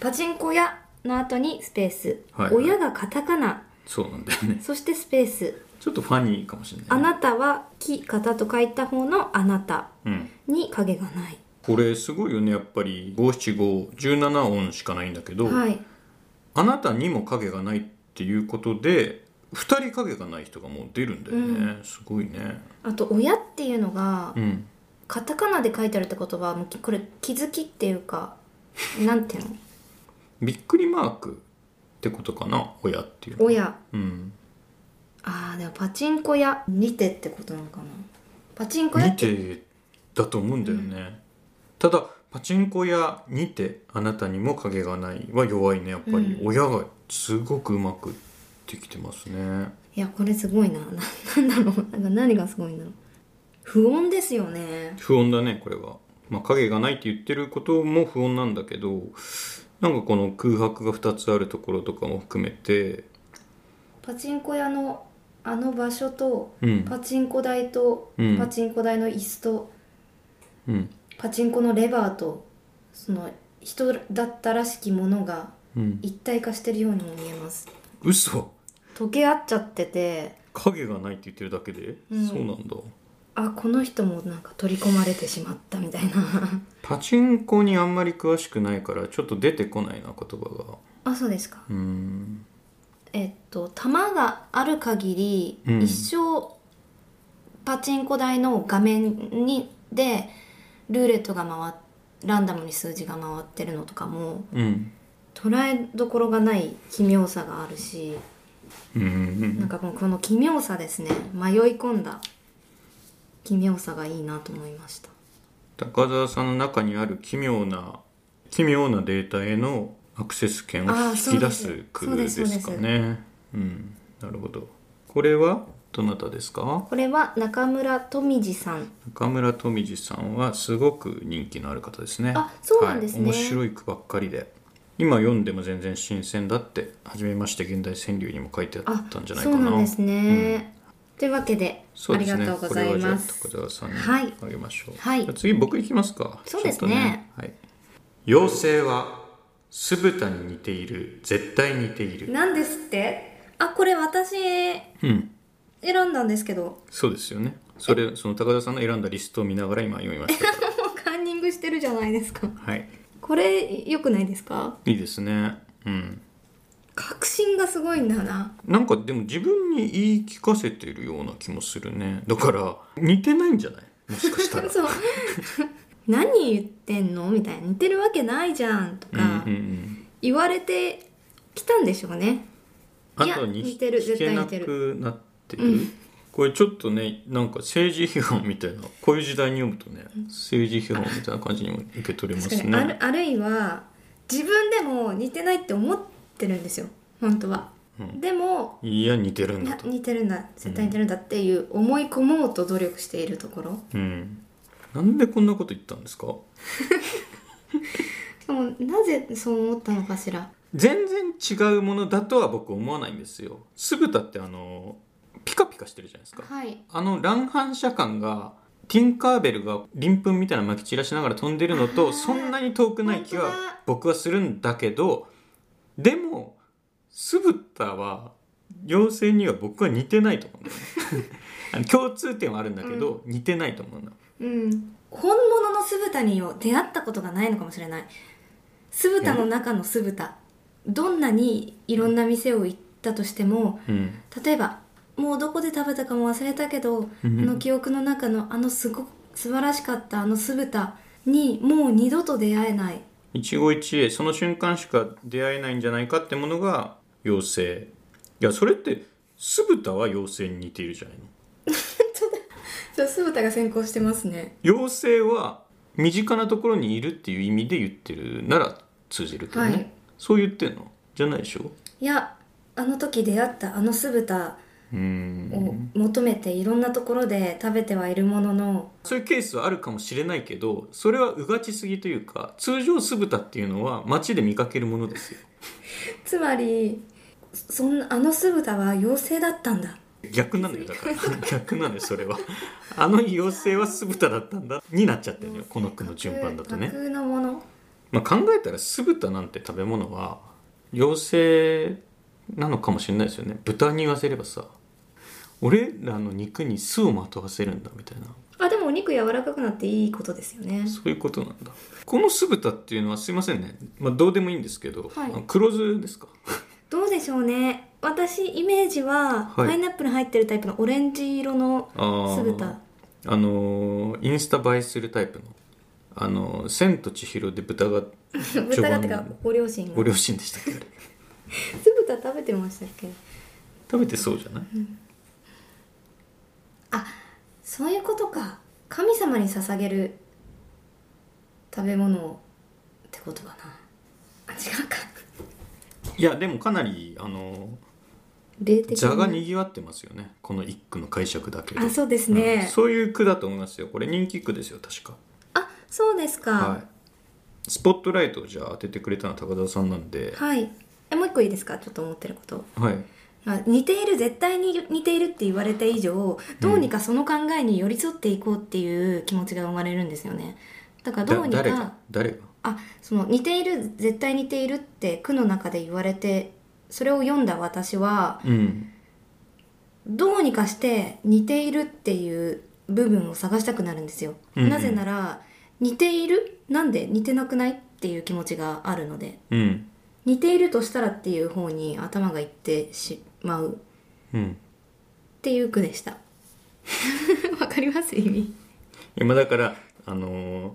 Speaker 2: パチンコ屋の後にスペース、
Speaker 1: はい
Speaker 2: 親がカタカナ
Speaker 1: そうなんだよね
Speaker 2: そしてスペース
Speaker 1: ちょっとファニーかもしれない、ね、
Speaker 2: あなたは木方と書いた方のあなた
Speaker 1: うん
Speaker 2: に影がない
Speaker 1: これすごいよねやっぱり五七五十七音しかないんだけど、
Speaker 2: はい
Speaker 1: あなたにも影がないっていうことで二人影がない人がもう出るんだよね、すごいね
Speaker 2: あと親っていうのが
Speaker 1: うん
Speaker 2: カタカナで書いてあるってことはもうきこれ気づきっていうかなんていうの
Speaker 1: びっくりマークってことかな親っていうのは
Speaker 2: 親
Speaker 1: うん
Speaker 2: あーでもパチンコ屋にてってことなのかなパチンコ屋っ
Speaker 1: に
Speaker 2: て
Speaker 1: てだと思うんだよね、ただパチンコ屋にてあなたにも影がないは弱いねやっぱり、
Speaker 2: うん
Speaker 1: 親がすごくうまくできてますね
Speaker 2: いやこれすごいな ななんだろうなんか何がすごいんだろう不穏ですよね
Speaker 1: 不穏だねこれは、まあ、影がないって言ってることも不穏なんだけどなんかこの空白が2つあるところとかも含めて
Speaker 2: パチンコ屋のあの場所と
Speaker 1: うん
Speaker 2: パチンコ台と、
Speaker 1: うん
Speaker 2: パチンコ台の椅子と
Speaker 1: うん
Speaker 2: パチンコのレバーとその人だったらしきものが
Speaker 1: うん
Speaker 2: 一体化してるようにも見えます
Speaker 1: 嘘
Speaker 2: 溶け合っちゃってて
Speaker 1: 影がないって言ってるだけで、
Speaker 2: うん
Speaker 1: そうなんだ
Speaker 2: あこの人もなんか取り込まれてしまったみたいな
Speaker 1: パチンコにあんまり詳しくないからちょっと出てこないな言葉が
Speaker 2: あそうですか
Speaker 1: うん
Speaker 2: えっと玉がある限り、
Speaker 1: うん
Speaker 2: 一生パチンコ台の画面にでルーレットが回っランダムに数字が回ってるのとかも
Speaker 1: うん
Speaker 2: 捉えどころがない奇妙さがあるし、
Speaker 1: うんうんう
Speaker 2: なん
Speaker 1: ん
Speaker 2: かもうこの奇妙さですね迷い込んだ奇妙さがいいなと思いました
Speaker 1: 高澤さんの中にある奇妙な奇妙なデータへのアクセス権を
Speaker 2: あー
Speaker 1: 引き出す工
Speaker 2: そ
Speaker 1: 夫
Speaker 2: う
Speaker 1: で
Speaker 2: ですす
Speaker 1: かねうんなるほどこれはどなたですか
Speaker 2: これは中村富次さん
Speaker 1: 中村富次さんはすごく人気のある方ですね
Speaker 2: あそうなんですね
Speaker 1: はい、面白い句ばっかりで今読んでも全然新鮮だって初めまして現代川柳にも書いてあったんじゃないかな
Speaker 2: そうなんですね、というわけで
Speaker 1: そうですね
Speaker 2: ありがとうございます
Speaker 1: これはじゃあ高澤
Speaker 2: は
Speaker 1: さん
Speaker 2: い
Speaker 1: にあげましょう。
Speaker 2: はい
Speaker 1: じゃあ次僕行きますか。
Speaker 2: そうですね
Speaker 1: ちょっとはい。妖精は酢豚に似ている、絶対似ている。
Speaker 2: なんですってあこれ私選
Speaker 1: うん、
Speaker 2: んだんですけど
Speaker 1: そうですよね。それその高田さんの選んだリストを見ながら今読みましたから。
Speaker 2: もうカンニングしてるじゃないですか
Speaker 1: はい。
Speaker 2: これ良くないですか
Speaker 1: いいですね。うん。
Speaker 2: 確信がすごいんだな
Speaker 1: なんかでも自分に言い聞かせてるような気もするね。だから似てないんじゃない？もしかしたら。
Speaker 2: そう 何言ってんのみたいな似てるわけないじゃんと
Speaker 1: うんうん
Speaker 2: か
Speaker 1: うん。
Speaker 2: 言われてきたんでしょうね
Speaker 1: あとに
Speaker 2: いや似てる
Speaker 1: 聞
Speaker 2: 絶
Speaker 1: け
Speaker 2: 対
Speaker 1: な
Speaker 2: 似てる
Speaker 1: くなってる。
Speaker 2: うん
Speaker 1: これちょっとねなんか政治批判みたいなこういう時代に読むとね政治批判みたいな感じにも受け取れま
Speaker 2: 確か
Speaker 1: す
Speaker 2: にある
Speaker 1: ね。
Speaker 2: あるいは自分でも似てないって思ってるんですよ本当は、
Speaker 1: うん
Speaker 2: でも
Speaker 1: いや似てるん
Speaker 2: い
Speaker 1: だ
Speaker 2: や
Speaker 1: と。
Speaker 2: 似てるんだ絶対似てるんだっていう思い込もうと努力しているところ
Speaker 1: うん。なんでこんなこと言ったんですか
Speaker 2: でもなぜそう思ったのかしら
Speaker 1: 全然違うものだとは僕思わないんですよ。酢豚ってあのピカピカしてるじゃないですか。
Speaker 2: はい
Speaker 1: あの乱反射感がティンカーベルが鱗粉みたいなの撒き散らしながら飛んでるの
Speaker 2: あー
Speaker 1: とそんなに遠くない気は
Speaker 2: 本当だ
Speaker 1: 僕はするんだけどでも酢豚は妖精には僕は似てないと思うんだよね あの共通点はあるんだけど、似てないと思うんだ
Speaker 2: うん本物の酢豚に出会ったことがないのかもしれない酢豚の中の酢豚どんなにいろんな店を行ったとしても
Speaker 1: うん
Speaker 2: 例えばもうどこで食べたかも忘れたけど、
Speaker 1: うん
Speaker 2: あの記憶の中のあのすごく素晴らしかったあの酢豚にもう二度と出会えない
Speaker 1: 一期一会その瞬間しか出会えないんじゃないかってものが妖精いやそれって酢豚は妖精に似ているじゃないの
Speaker 2: そう酢豚が先行してますね
Speaker 1: 妖精は身近なところにいるっていう意味で言ってるなら通じるけどね、
Speaker 2: はい
Speaker 1: そう言ってんのじゃないでしょ
Speaker 2: いやあの時出会ったあの酢豚
Speaker 1: うー
Speaker 2: を
Speaker 1: ん
Speaker 2: 求めていろんなところで食べてはいるものの
Speaker 1: そういうケースはあるかもしれないけどそれはうがちすぎというか通常酢豚っていうのは街で見かけるものですよ
Speaker 2: つまりそんなあの酢豚は妖精だったんだ
Speaker 1: 逆なのよだ から逆なのよそれはあの妖精は酢豚だったんだになっちゃってるのよこの句の順番だとね
Speaker 2: 架空のもの
Speaker 1: まあ、考えたら酢豚なんて食べ物は妖精なのかもしれないですよね豚に言わせればさ俺らの肉に酢をまとわせるんだみたいな
Speaker 2: あでもお肉柔らかくなっていいことですよね
Speaker 1: そういうことなんだこの酢豚っていうのはすいませんね、まあ、どうでもいいんですけど、
Speaker 2: はい
Speaker 1: あの黒酢ですか
Speaker 2: どうでしょうね私イメージは、
Speaker 1: はい
Speaker 2: パイナップル入ってるタイプのオレンジ色の
Speaker 1: あー
Speaker 2: 酢豚
Speaker 1: あのーインスタ映えするタイプのあのー千と千尋」で豚が
Speaker 2: 豚がてかご両親
Speaker 1: ご
Speaker 2: が
Speaker 1: 両親でしたっけあれ
Speaker 2: 酢豚食べてましたっけ
Speaker 1: 食べてそうじゃない
Speaker 2: そういうことか神様に捧げる食べ物をってことかなあ違うか
Speaker 1: いやでもかなりあのー
Speaker 2: 霊的
Speaker 1: 座が
Speaker 2: な
Speaker 1: にぎわってますよねこの一句の解釈だけで
Speaker 2: あそうです
Speaker 1: うん
Speaker 2: ね、
Speaker 1: そういう句だと思いますよこれ人気句ですよ確か
Speaker 2: あそうですか
Speaker 1: はいスポットライトをじゃあ当ててくれたのは高田さんなんで
Speaker 2: はい。え、もう一個いいですかちょっと思ってること。
Speaker 1: はい
Speaker 2: まあ似ている、絶対に似ているって言われた以上、どうにかその考えに寄り添っていこうっていう気持ちが生まれるんですよね。だからどう
Speaker 1: だ
Speaker 2: にか、
Speaker 1: 誰が誰が
Speaker 2: あ、その似ている、絶対似ているって句の中で言われて、それを読んだ私は、
Speaker 1: うん
Speaker 2: どうにかして似ているっていう部分を探したくなるんですよ。
Speaker 1: うんうん
Speaker 2: なぜなら、似ているなんで似てなくないっていう気持ちがあるので。
Speaker 1: うん
Speaker 2: 似ているとしたらっていう方に頭がいってしまう
Speaker 1: うん
Speaker 2: っていう句でした わかります意味
Speaker 1: 今だからあのー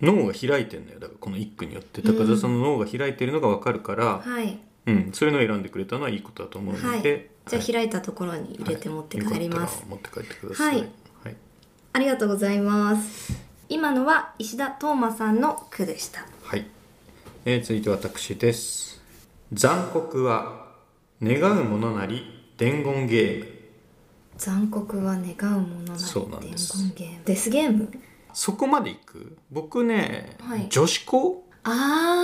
Speaker 1: 脳が開いてんだよだからこの一句によって
Speaker 2: うん
Speaker 1: 高田さんの脳が開いてるのがわかるから、
Speaker 2: はい
Speaker 1: うんそういうのを選んでくれたのはいいことだと思うので、
Speaker 2: はいじゃあ
Speaker 1: はい
Speaker 2: 開いたところに入れて持って帰り
Speaker 1: よ
Speaker 2: ま
Speaker 1: かった
Speaker 2: す
Speaker 1: ら持って帰ってください、
Speaker 2: はい
Speaker 1: はい
Speaker 2: ありがとうございます今のは石田斗真さんの句でした
Speaker 1: はい、えー続いて私です残酷は願うものなり伝言ゲーム
Speaker 2: 残酷は願うものなり
Speaker 1: そうなんです
Speaker 2: 伝言ゲームデスゲーム
Speaker 1: そこまでいく僕ね、
Speaker 2: はい
Speaker 1: 女子校
Speaker 2: あ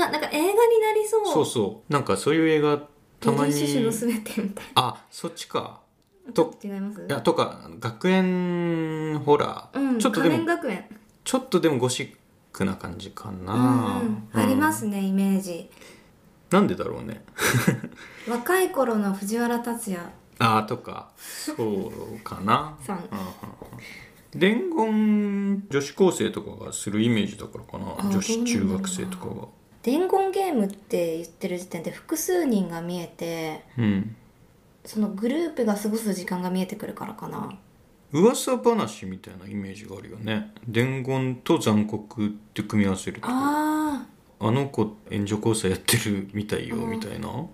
Speaker 2: ーなんか映画になりそう
Speaker 1: そうそうなんかそういう映画たまに
Speaker 2: 二十四種のすべてみたい
Speaker 1: あそっちか
Speaker 2: な
Speaker 1: と
Speaker 2: 違います
Speaker 1: いやとかあの学園ホラー、
Speaker 2: うん
Speaker 1: ちょっとで
Speaker 2: 仮面
Speaker 1: も
Speaker 2: 学園
Speaker 1: ちょっとでもゴシックな感じか
Speaker 2: うん
Speaker 1: な、
Speaker 2: うんありますねイメージ
Speaker 1: なんでだろうね
Speaker 2: 若い頃の藤原竜也
Speaker 1: あーとかそうかな
Speaker 2: さん
Speaker 1: うんうんうん伝言女子高生とかがするイメージだからか
Speaker 2: あー
Speaker 1: な女子中学生とかが
Speaker 2: 伝言ゲームって言ってる時点で複数人が見えて
Speaker 1: うん
Speaker 2: そのグループが過ごす時間が見えてくるからかな
Speaker 1: 噂話みたいなイメージがあるよね伝言と残酷って組み合わせるとあ
Speaker 2: あ
Speaker 1: の子援助交際やってるみたいよ
Speaker 2: うん
Speaker 1: みたいな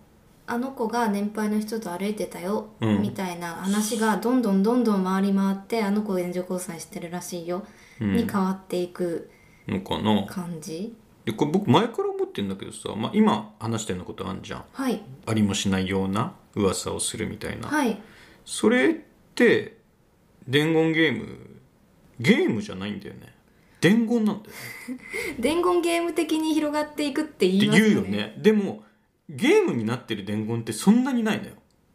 Speaker 2: あの子が年配の人と歩いてたよ、
Speaker 1: うん
Speaker 2: みたいな話がどんどんどんどん回り回ってあの子を援助交際してるらしいよ、
Speaker 1: うん
Speaker 2: に変わっていく
Speaker 1: のかな
Speaker 2: 感じ
Speaker 1: でこれ僕前から思ってるんだけどさ、まあ、今話したようなことあんじゃん
Speaker 2: はい
Speaker 1: ありもしないような噂をするみたいな、
Speaker 2: はい
Speaker 1: それって伝言ゲームゲームじゃないんだよね伝言なんだよね
Speaker 2: 伝言ゲーム的に広がっていくって
Speaker 1: っ
Speaker 2: 言い
Speaker 1: て
Speaker 2: ます
Speaker 1: 言うよねでもゲームになってる伝言ってそんなにないのよ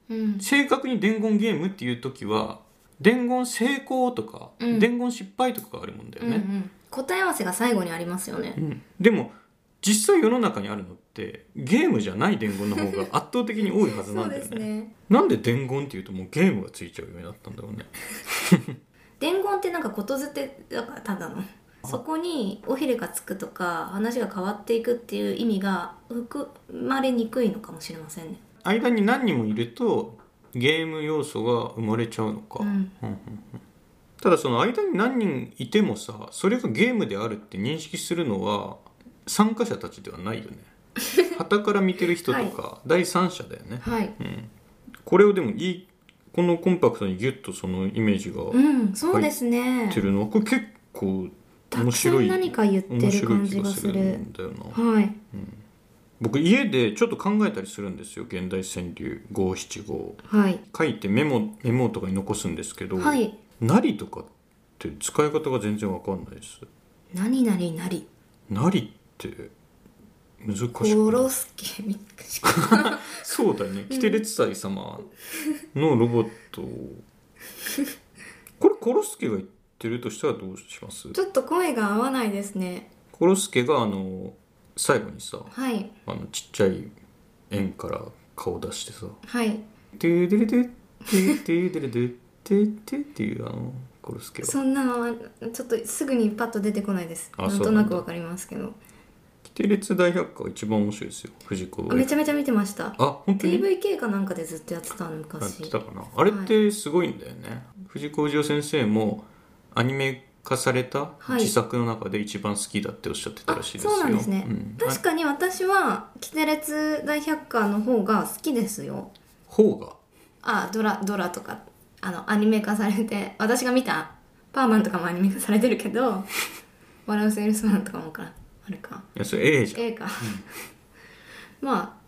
Speaker 2: うん
Speaker 1: 正確に伝言ゲームっていう時は伝言成功とか、
Speaker 2: うん
Speaker 1: 伝言失敗とかがあるもんだよ
Speaker 2: うんう
Speaker 1: ね、
Speaker 2: ん、答え合わせが最後にありますよね
Speaker 1: うんでも実際世の中にあるのってゲームじゃない伝言の 方が圧倒的に多いはず
Speaker 2: そ
Speaker 1: な
Speaker 2: うん
Speaker 1: だ
Speaker 2: で
Speaker 1: よ
Speaker 2: す
Speaker 1: ね
Speaker 2: ね
Speaker 1: なんで伝言っていうともうゲームがついちゃうようになったんだろうね
Speaker 2: 伝言ってなんかことづてだからただのそこに尾ひれがつくとか話が変わっていくっていう意味が含まれにくいのかもしれませんね
Speaker 1: 間に何人もいるとゲーム要素が生まれちゃうのか、
Speaker 2: うん
Speaker 1: うんうんうんただその間に何人いてもさそれがゲームであるって認識するのは参加者たちではないよね旗から見てる人とか、第三者だよね
Speaker 2: はい
Speaker 1: これをでもいいこのコンパクトにギュッとそのイメージが
Speaker 2: う
Speaker 1: 合
Speaker 2: んそうですね
Speaker 1: ってるのはこれ結構
Speaker 2: た
Speaker 1: 面
Speaker 2: くさ
Speaker 1: 白
Speaker 2: ん
Speaker 1: い
Speaker 2: 何か言って
Speaker 1: 面
Speaker 2: る
Speaker 1: 白い
Speaker 2: 感
Speaker 1: 気
Speaker 2: じ
Speaker 1: が
Speaker 2: が
Speaker 1: す
Speaker 2: す
Speaker 1: る
Speaker 2: る
Speaker 1: んだよな
Speaker 2: はい
Speaker 1: 僕家でちょっと考えたりするんですよ現代川柳五七五
Speaker 2: はい
Speaker 1: 書いてメモメモとかに残すんですけど、
Speaker 2: はい
Speaker 1: なりとかって使い方が全然わかんないです
Speaker 2: 何々なり
Speaker 1: なりって難し
Speaker 2: コ
Speaker 1: くない
Speaker 2: ロスケ み
Speaker 1: そうだよねキテレツ祭様のロボットをこれコロスケが言ってるとしたらどうします
Speaker 2: ちょっと声が合わないですね
Speaker 1: コロスケがあの最後にさ
Speaker 2: はい
Speaker 1: あのちっちゃい円から顔出してさ
Speaker 2: はい
Speaker 1: 「てーでれでてーてーでれでてーてー」っていうあのコロスケが
Speaker 2: そんなのはちょっとすぐにパッと出てこないです
Speaker 1: あ
Speaker 2: なん
Speaker 1: そ
Speaker 2: と
Speaker 1: うな
Speaker 2: なん
Speaker 1: だ
Speaker 2: くわかりますけど
Speaker 1: キテレツ大百科が一番面白いですよ藤子
Speaker 2: あめちゃめちゃ見てました
Speaker 1: あ本当に
Speaker 2: TVK かなんかでずっとやってたの
Speaker 1: やっ
Speaker 2: 昔
Speaker 1: てたかなあれってすごいんだよね、藤子不二雄先生もアニメ化された
Speaker 2: はい
Speaker 1: 自作の中で一番好きだっておっしゃってたらしいですよ、
Speaker 2: あそうなんですね
Speaker 1: うん
Speaker 2: 確
Speaker 1: あ
Speaker 2: かに私は「キテレツ大百科」の方が好きですよ
Speaker 1: 方が
Speaker 2: あドラドラとかあのアニメ化されて私が見たパーマンとかもアニメ化されてる けど「笑うセールスマン」とかもかあるか
Speaker 1: いやそれ A じゃん
Speaker 2: A か、ま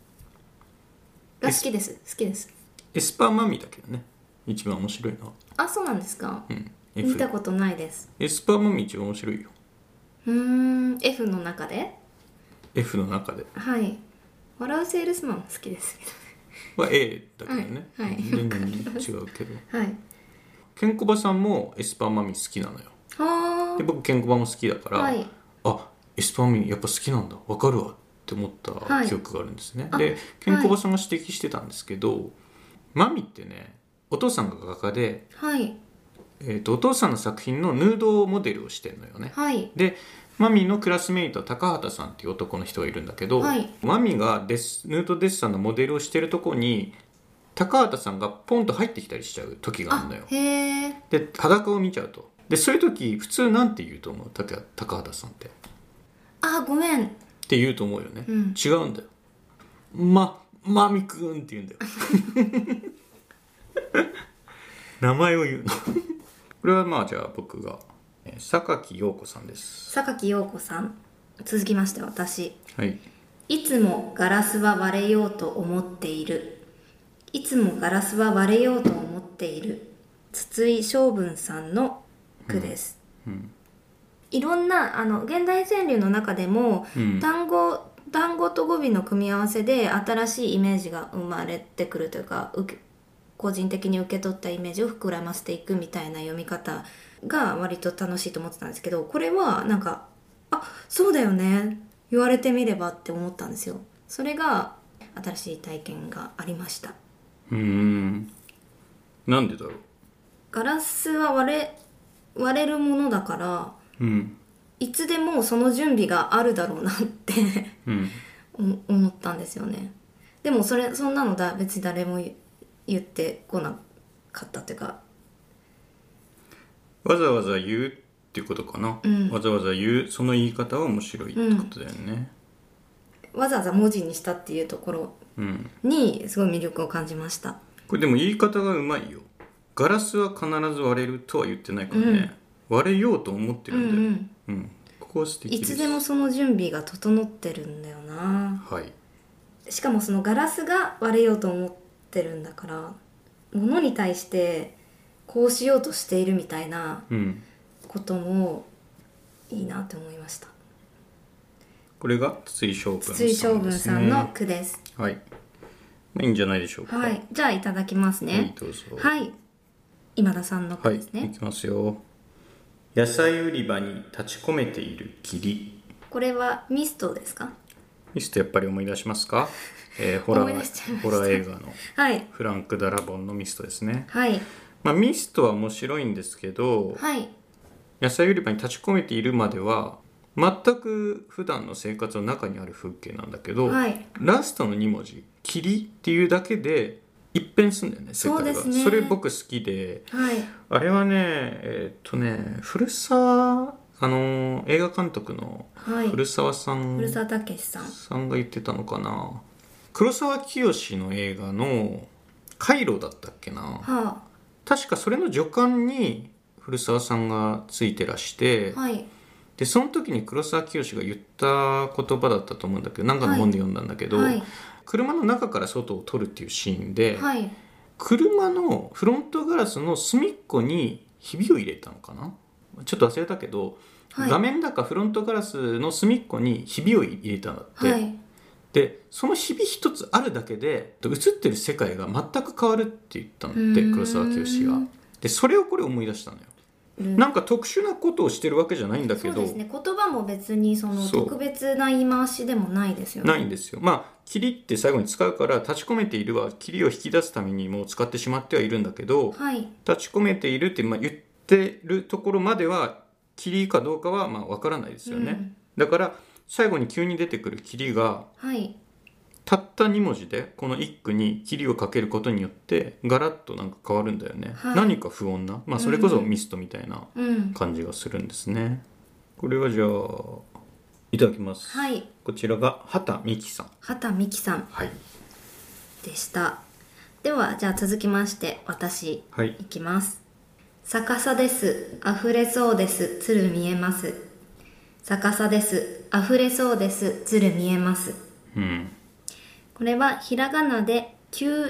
Speaker 2: あが好きです好きです
Speaker 1: エスパーマミだけどね一番面白いな
Speaker 2: あそうなんですか
Speaker 1: うん F
Speaker 2: 見たことないです
Speaker 1: エスパーマミ一番面白いよ
Speaker 2: うーん F の中で
Speaker 1: F の中で
Speaker 2: はい「笑うセールスマン」好きですけど
Speaker 1: は A だけどね、
Speaker 2: はいはい
Speaker 1: 全然違うけど
Speaker 2: はい
Speaker 1: ケンコバさんもエスパーマミ好きなの よ
Speaker 2: は
Speaker 1: で僕ケンコバも好きだから、
Speaker 2: はい
Speaker 1: あエスパーミンやっぱ好きなんだわかるわって思った
Speaker 2: はい
Speaker 1: 記憶があるんですね、
Speaker 2: あ
Speaker 1: でケンコバさんが指摘してたんですけど、マミってねお父さんが画家で、
Speaker 2: あはい
Speaker 1: えー、とお父さんの作品のヌードモデルをしてんのよね、
Speaker 2: はい
Speaker 1: でマミのクラスメイト高畑さんっていう男の人がいるんだけど、
Speaker 2: はい
Speaker 1: マミがデスヌードデッサンのモデルをしてるとこに高畑さんがポンと入ってきたりしちゃう時がある
Speaker 2: あ
Speaker 1: のよ
Speaker 2: へえ
Speaker 1: で裸を見ちゃうとでそういう時普通なんて言うと思う高高畑さんって
Speaker 2: あごめん
Speaker 1: って言うと思うよね、
Speaker 2: うん
Speaker 1: 違うんだよまマミくんって言うん だよ名前を言うのこれはまあじゃあ僕がえー榊陽子さんです
Speaker 2: 榊陽子さん続きまして私
Speaker 1: はい
Speaker 2: いつもガラスは割れようと思っているいつもガラスは割れようと思っている筒井昌文さんの句です、いろんなあの現代川柳の中でも、
Speaker 1: うん
Speaker 2: 単語単語と語尾の組み合わせで新しいイメージが生まれてくるというか受け個人的に受け取ったイメージを膨らませていくみたいな読み方が割と楽しいと思ってたんですけどこれはなんかあそうだよね言われてみればって思ったんですよそれが新しい体験がありました
Speaker 1: うーんなんでだろう
Speaker 2: ガラスは割れ割れるものだから
Speaker 1: うん
Speaker 2: いつでもその準備があるだろうなって
Speaker 1: うん
Speaker 2: 思思ったんですよねでもそれそんなのだ別に誰も言言ってこなかったというか
Speaker 1: わざわざ言うっていうことかな、
Speaker 2: うん
Speaker 1: わざわざ言うその言い方は面白いってことだよね、
Speaker 2: わざわざ文字にしたっていうところ
Speaker 1: うん
Speaker 2: にすごい魅力を感じました
Speaker 1: これでも言い方がうまいよガラスは必ず割れるとは言ってないからね、割れようと思って
Speaker 2: う
Speaker 1: る
Speaker 2: んうん
Speaker 1: だよ、うん
Speaker 2: ん
Speaker 1: ここは素敵
Speaker 2: い
Speaker 1: です
Speaker 2: つでもその準備が整ってるんだよな
Speaker 1: はい
Speaker 2: しかもそのガラスが割れようと思ってるんだから物に対してこうしようとしているみたいな
Speaker 1: うん
Speaker 2: こともいいなって思いました
Speaker 1: これが筒井将軍さん
Speaker 2: 筒井将軍さんの句です
Speaker 1: ですねはいまあいいんじゃないでしょうか
Speaker 2: はいじゃあいただきます
Speaker 1: はい
Speaker 2: ね
Speaker 1: どうぞ
Speaker 2: はい今田さんの句
Speaker 1: はい、
Speaker 2: ですね、
Speaker 1: いきますよ野菜売り場に立ち込めている霧
Speaker 2: これはミストですか
Speaker 1: ミストやっぱり思い出します か、えーホラ
Speaker 2: 思い出しちゃいま
Speaker 1: ー
Speaker 2: した
Speaker 1: ホラー映画の
Speaker 2: はい
Speaker 1: フランク・ダラボンのミストですね、
Speaker 2: はい
Speaker 1: まあ、ミストは面白いんですけど、
Speaker 2: はい
Speaker 1: 野菜売り場に立ち込めているまでは全く普段の生活の中にある風景なんだけど、
Speaker 2: はい
Speaker 1: ラストの2文字「霧」っていうだけで一変すんだよね世界が
Speaker 2: そうですね
Speaker 1: それ僕好きで
Speaker 2: はい
Speaker 1: あれはねえーっとね古澤あの映画監督の
Speaker 2: はい
Speaker 1: 古澤さん、
Speaker 2: 古澤武史さん
Speaker 1: さんが言ってたのかな黒沢清の映画の「カイロ」だったっけな、
Speaker 2: は
Speaker 1: 確かそれの助監に古澤さんがついてらして、
Speaker 2: あはい
Speaker 1: でその時に黒沢清が言った言葉だったと思うんだけどなんかの本で読んだんだけど、
Speaker 2: はい
Speaker 1: 車の中から外を撮るっていうシーンで、
Speaker 2: はい
Speaker 1: 車のフロントガラスの隅っこにひびを入れたのかなちょっと忘れたけど、
Speaker 2: はい
Speaker 1: 画面だかフロントガラスの隅っこにひびを入れたんだって、
Speaker 2: はい
Speaker 1: でそのひび一つあるだけで映ってる世界が全く変わるって言った
Speaker 2: う
Speaker 1: のって
Speaker 2: ーん
Speaker 1: 黒沢清が。でそれをこれ思い出したのよ。
Speaker 2: うん
Speaker 1: なんか特殊なことをしてるわけじゃないんだけ
Speaker 2: そう
Speaker 1: ど、
Speaker 2: ですね言葉も別にその
Speaker 1: そう
Speaker 2: 特別な言い回しでもないですよね
Speaker 1: ないんですよ。まあ霧って最後に使うから立ち込めているは霧を引き出すためにもう使ってしまってはいるんだけど
Speaker 2: はい
Speaker 1: 立ち込めているってまあ言ってるところまでは霧かどうかはまあわからないですよね。
Speaker 2: うん
Speaker 1: だから最後に急に出てくる霧が
Speaker 2: はい
Speaker 1: たった2文字でこの一句に霧をかけることによってガラッとなんか変わるんだよね、
Speaker 2: はい
Speaker 1: 何か不穏な、まあ、それこそミストみたいな
Speaker 2: うん
Speaker 1: 感じがするんですね、これはじゃあいただきます、
Speaker 2: はい
Speaker 1: こちらが畑美希さん
Speaker 2: 畑美希さん
Speaker 1: はい
Speaker 2: でしたではじゃあ続きまして私
Speaker 1: はい
Speaker 2: いきます逆さです溢れそうです鶴見えます逆さです溢れそうです鶴見えます
Speaker 1: うん
Speaker 2: これはひらがなで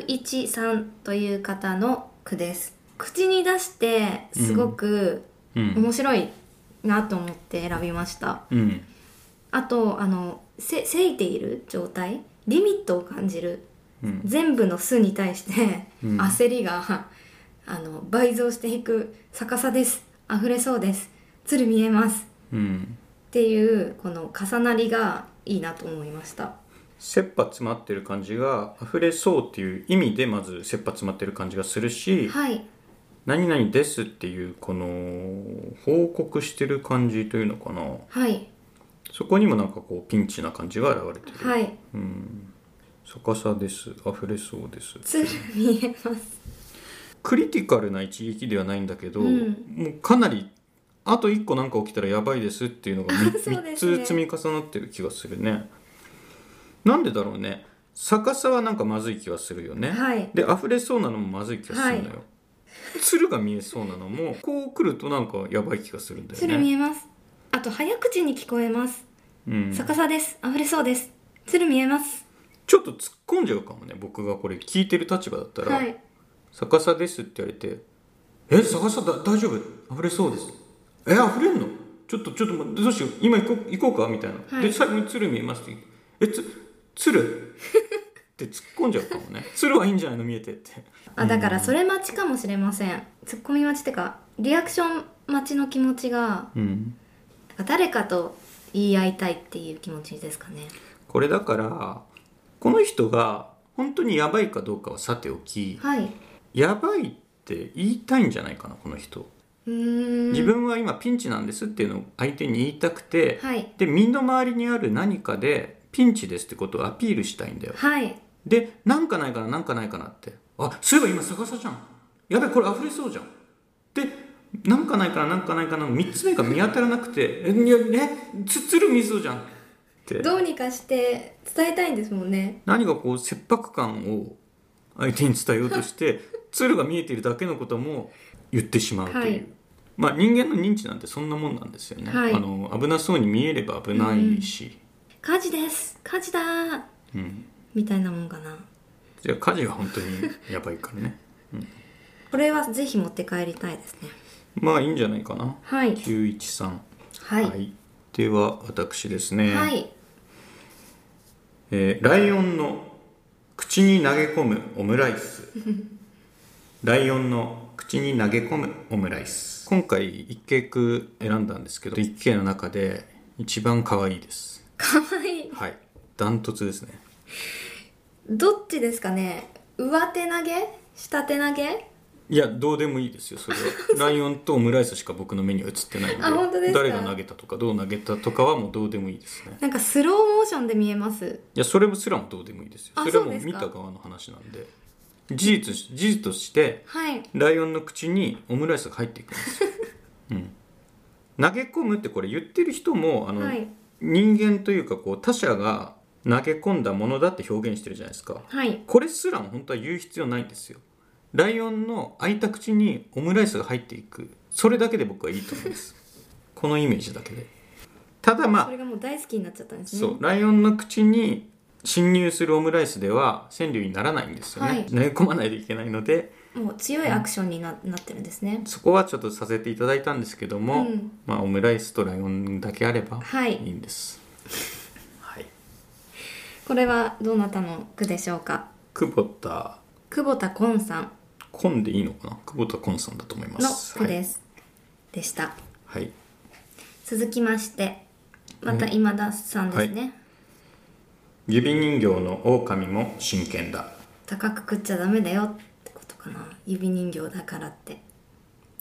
Speaker 2: 913という方の句です口に出してすごく
Speaker 1: うん
Speaker 2: 面白いなと思って選びました、
Speaker 1: うん
Speaker 2: あとあのせせいている状態リミットを感じる
Speaker 1: うん
Speaker 2: 全部の「す」に対して
Speaker 1: うん
Speaker 2: 焦りが、あの倍増していく逆さです溢れそうです鶴見えます
Speaker 1: うん
Speaker 2: っていうこの重なりがいいなと思いました
Speaker 1: 切羽詰まってる感じが溢れそうっていう意味でまず切羽詰まってる感じがするし、
Speaker 2: はい
Speaker 1: 何々ですっていうこの報告してる感じというのかな
Speaker 2: はい
Speaker 1: そこにもなんかこうピンチな感じが現れてる、
Speaker 2: はい
Speaker 1: うん逆さです溢れそうです
Speaker 2: 鶴見えます
Speaker 1: クリティカルな一撃ではないんだけど、
Speaker 2: うん
Speaker 1: もうかなりあと1個なんか起きたらやばいですっていうのが
Speaker 2: そう
Speaker 1: 3,
Speaker 2: ですね
Speaker 1: つ積み重なってる気がするねなんでだろうね逆さはなんかまずい気はするよね、
Speaker 2: はい
Speaker 1: で溢れそうなのもまずい気がするのよ、鶴が見えそうなのもこう来るとなんかやばい気がするんだよね
Speaker 2: 鶴見えますあと早口に聞こえます
Speaker 1: うん、
Speaker 2: 逆さです溢れそうです鶴見えます
Speaker 1: ちょっと突っ込んじゃうかもね僕がこれ聞いてる立場だったら、
Speaker 2: はい
Speaker 1: 逆さですって言われて「え逆さだ大丈夫溢れそうです」「え溢れんのちょっとちょっと待ってどうしよう今行こう行こうか」みたいな、
Speaker 2: はい
Speaker 1: で最後に「鶴見えます」って言って「えつ鶴? 」って突っ込んじゃうかもね 「鶴はいいんじゃないの見えて」って
Speaker 2: あだからそれ待ちかもしれませんツッコミ待ちってかリアクション待ちの気持ちが
Speaker 1: うん
Speaker 2: 誰かと言い合いたいっていう気持ちですかね
Speaker 1: これだからこの人が本当にやばいかどうかはさておき、
Speaker 2: はい
Speaker 1: やばいって言いたいんじゃないかなこの人
Speaker 2: うーん
Speaker 1: 自分は今ピンチなんですっていうのを相手に言いたくて、
Speaker 2: はい
Speaker 1: で身の回りにある何かでピンチですってことをアピールしたいんだよ
Speaker 2: はい
Speaker 1: でなんかないかななんかないかなってあそういえば今逆さじゃんやべこれ溢れそうじゃんでなんかないかななんかないかな3つ目が見当たらなくて「えいやねつつるみそうじゃん」っして
Speaker 2: どうにかして伝えたいんですもんね
Speaker 1: 何かこう切迫感を相手に伝えようとして 鶴が見えているだけのことも言ってしまうという、
Speaker 2: はい
Speaker 1: まあ人間の認知なんてそんなもんなんですよね、
Speaker 2: はい
Speaker 1: あの危なそうに見えれば危ないし、
Speaker 2: 火事です火事だー
Speaker 1: うん
Speaker 2: みたいなもんかな
Speaker 1: じゃあ火事は本当にやばいから ね
Speaker 2: これはぜひ持って帰りたいですね
Speaker 1: まあいいんじゃないかな
Speaker 2: はい
Speaker 1: 913
Speaker 2: はいはい、
Speaker 1: では私ですね、えーライオンの口に投げ込むオムライ スライオンの口に投げ込むオムライス今回一景句選んだんですけど一景の中で一番可愛いです
Speaker 2: かわいい
Speaker 1: はいダントツですね
Speaker 2: どっちですかね上手投げ下手投げ
Speaker 1: いやどうでもいいですよそれ はライオンとオムライスしか僕の目には映ってない
Speaker 2: あ本
Speaker 1: ん
Speaker 2: 当
Speaker 1: で
Speaker 2: ですか
Speaker 1: 誰が投げたとかどう投げたとかはもうどうでもいいですね
Speaker 2: なんかスローモーションで見えます
Speaker 1: いやそれもすらもどうでもいいですよ
Speaker 2: あ
Speaker 1: それはもう
Speaker 2: そうです
Speaker 1: 見
Speaker 2: か
Speaker 1: た側の話なんで事実し事実として
Speaker 2: はい
Speaker 1: ライオンの口にオムライスが入っていくんですよ、 うん、投げ込むってこれ言ってる人もあの、
Speaker 2: はい
Speaker 1: 人間というかこう他者が投げ込んだものだって表現してるじゃないですか
Speaker 2: はい
Speaker 1: これすらも本当は言う必要ないんですよライオンの開いた口にオムライスが入っていくそれだけで僕はいいと思います このイメージだけでただまあ
Speaker 2: それがもう大好きになっちゃったんですね
Speaker 1: そうライオンの口に侵入するオムライスでは川柳にならないんですよね、
Speaker 2: はい
Speaker 1: 投げ込まないといけないので
Speaker 2: もう強いアクションにな,、なってるんですね
Speaker 1: そこはちょっとさせていただいたんですけども、
Speaker 2: うん
Speaker 1: まあ、オムライスとライオンだけあれば
Speaker 2: はい
Speaker 1: いいんです、はい、
Speaker 2: これはどなたの句でしょうか
Speaker 1: 久保田
Speaker 2: 久保田紺さん
Speaker 1: コンでいいのかな久保田コンさんだと思いま
Speaker 2: の
Speaker 1: す
Speaker 2: 句です、でした
Speaker 1: はい、はい
Speaker 2: 続きましてまた今田さんですね、
Speaker 1: 指人形の狼も真剣だ
Speaker 2: 高く食っちゃダメだよってことかな指人形だからって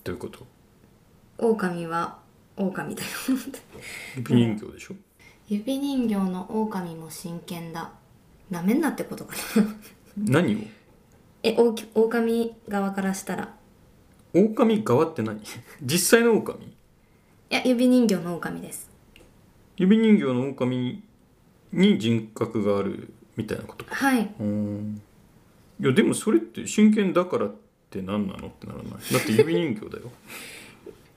Speaker 1: ということ
Speaker 2: 狼は狼だよ
Speaker 1: 指人形でしょ、
Speaker 2: 指人形の狼も真剣だなめんなってことかな
Speaker 1: 何を
Speaker 2: えおうき狼側からしたら
Speaker 1: 狼側って何 実際の狼
Speaker 2: いや指人形の狼です
Speaker 1: 指人形の狼に人格があるみたいなことか
Speaker 2: はい
Speaker 1: うんいやでもそれって真剣だからって何なのってならないだって指人形だよ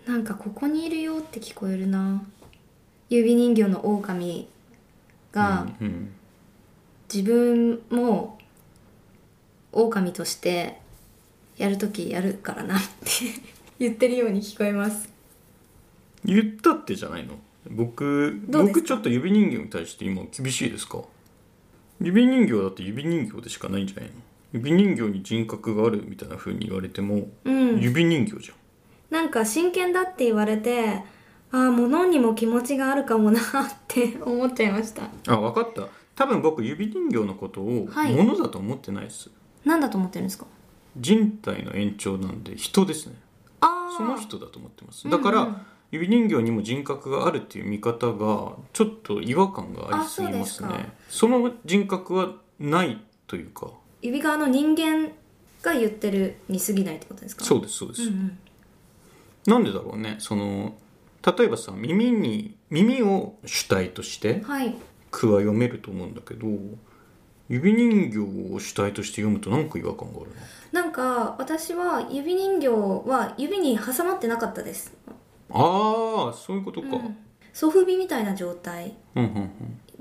Speaker 2: なんかここにいるよって聞こえるな指人形の狼が
Speaker 1: うんうん
Speaker 2: 自分も狼としてやるときやるからなって 言ってるように聞こえます
Speaker 1: 言ったってじゃないの僕
Speaker 2: どうですか
Speaker 1: 僕ちょっと指人形に対して今厳しいですか指人形だって指人形でしかないんじゃないの指人形に人格があるみたいな風に言われても、
Speaker 2: うん
Speaker 1: 指人形じゃん
Speaker 2: なんか真剣だって言われてああ物にも気持ちがあるかもな って思っちゃいました
Speaker 1: あ分かった多分僕指人形のことを
Speaker 2: はい
Speaker 1: 物だと思ってないです、
Speaker 2: なんだと思ってるんですか
Speaker 1: 人体の延長なんで人ですね
Speaker 2: ああ
Speaker 1: その人だと思ってますだから、
Speaker 2: うんうん
Speaker 1: 指人形にも人格があるっていう見方がちょっと違和感がありすぎますね
Speaker 2: あそうですか
Speaker 1: その人格はないというか
Speaker 2: 指側の人間が言ってるに過ぎないってことですか
Speaker 1: そううですそうです、
Speaker 2: んうん
Speaker 1: なんでだろうねその例えばさ耳に耳を主体として
Speaker 2: はい
Speaker 1: 句は読めると思うんだけど指人形を主体として読むとなんか違和感があるな
Speaker 2: なんか私は指人形は指に挟まってなかったです
Speaker 1: あーそういうことか、
Speaker 2: うんソフビみたいな状態
Speaker 1: うんうん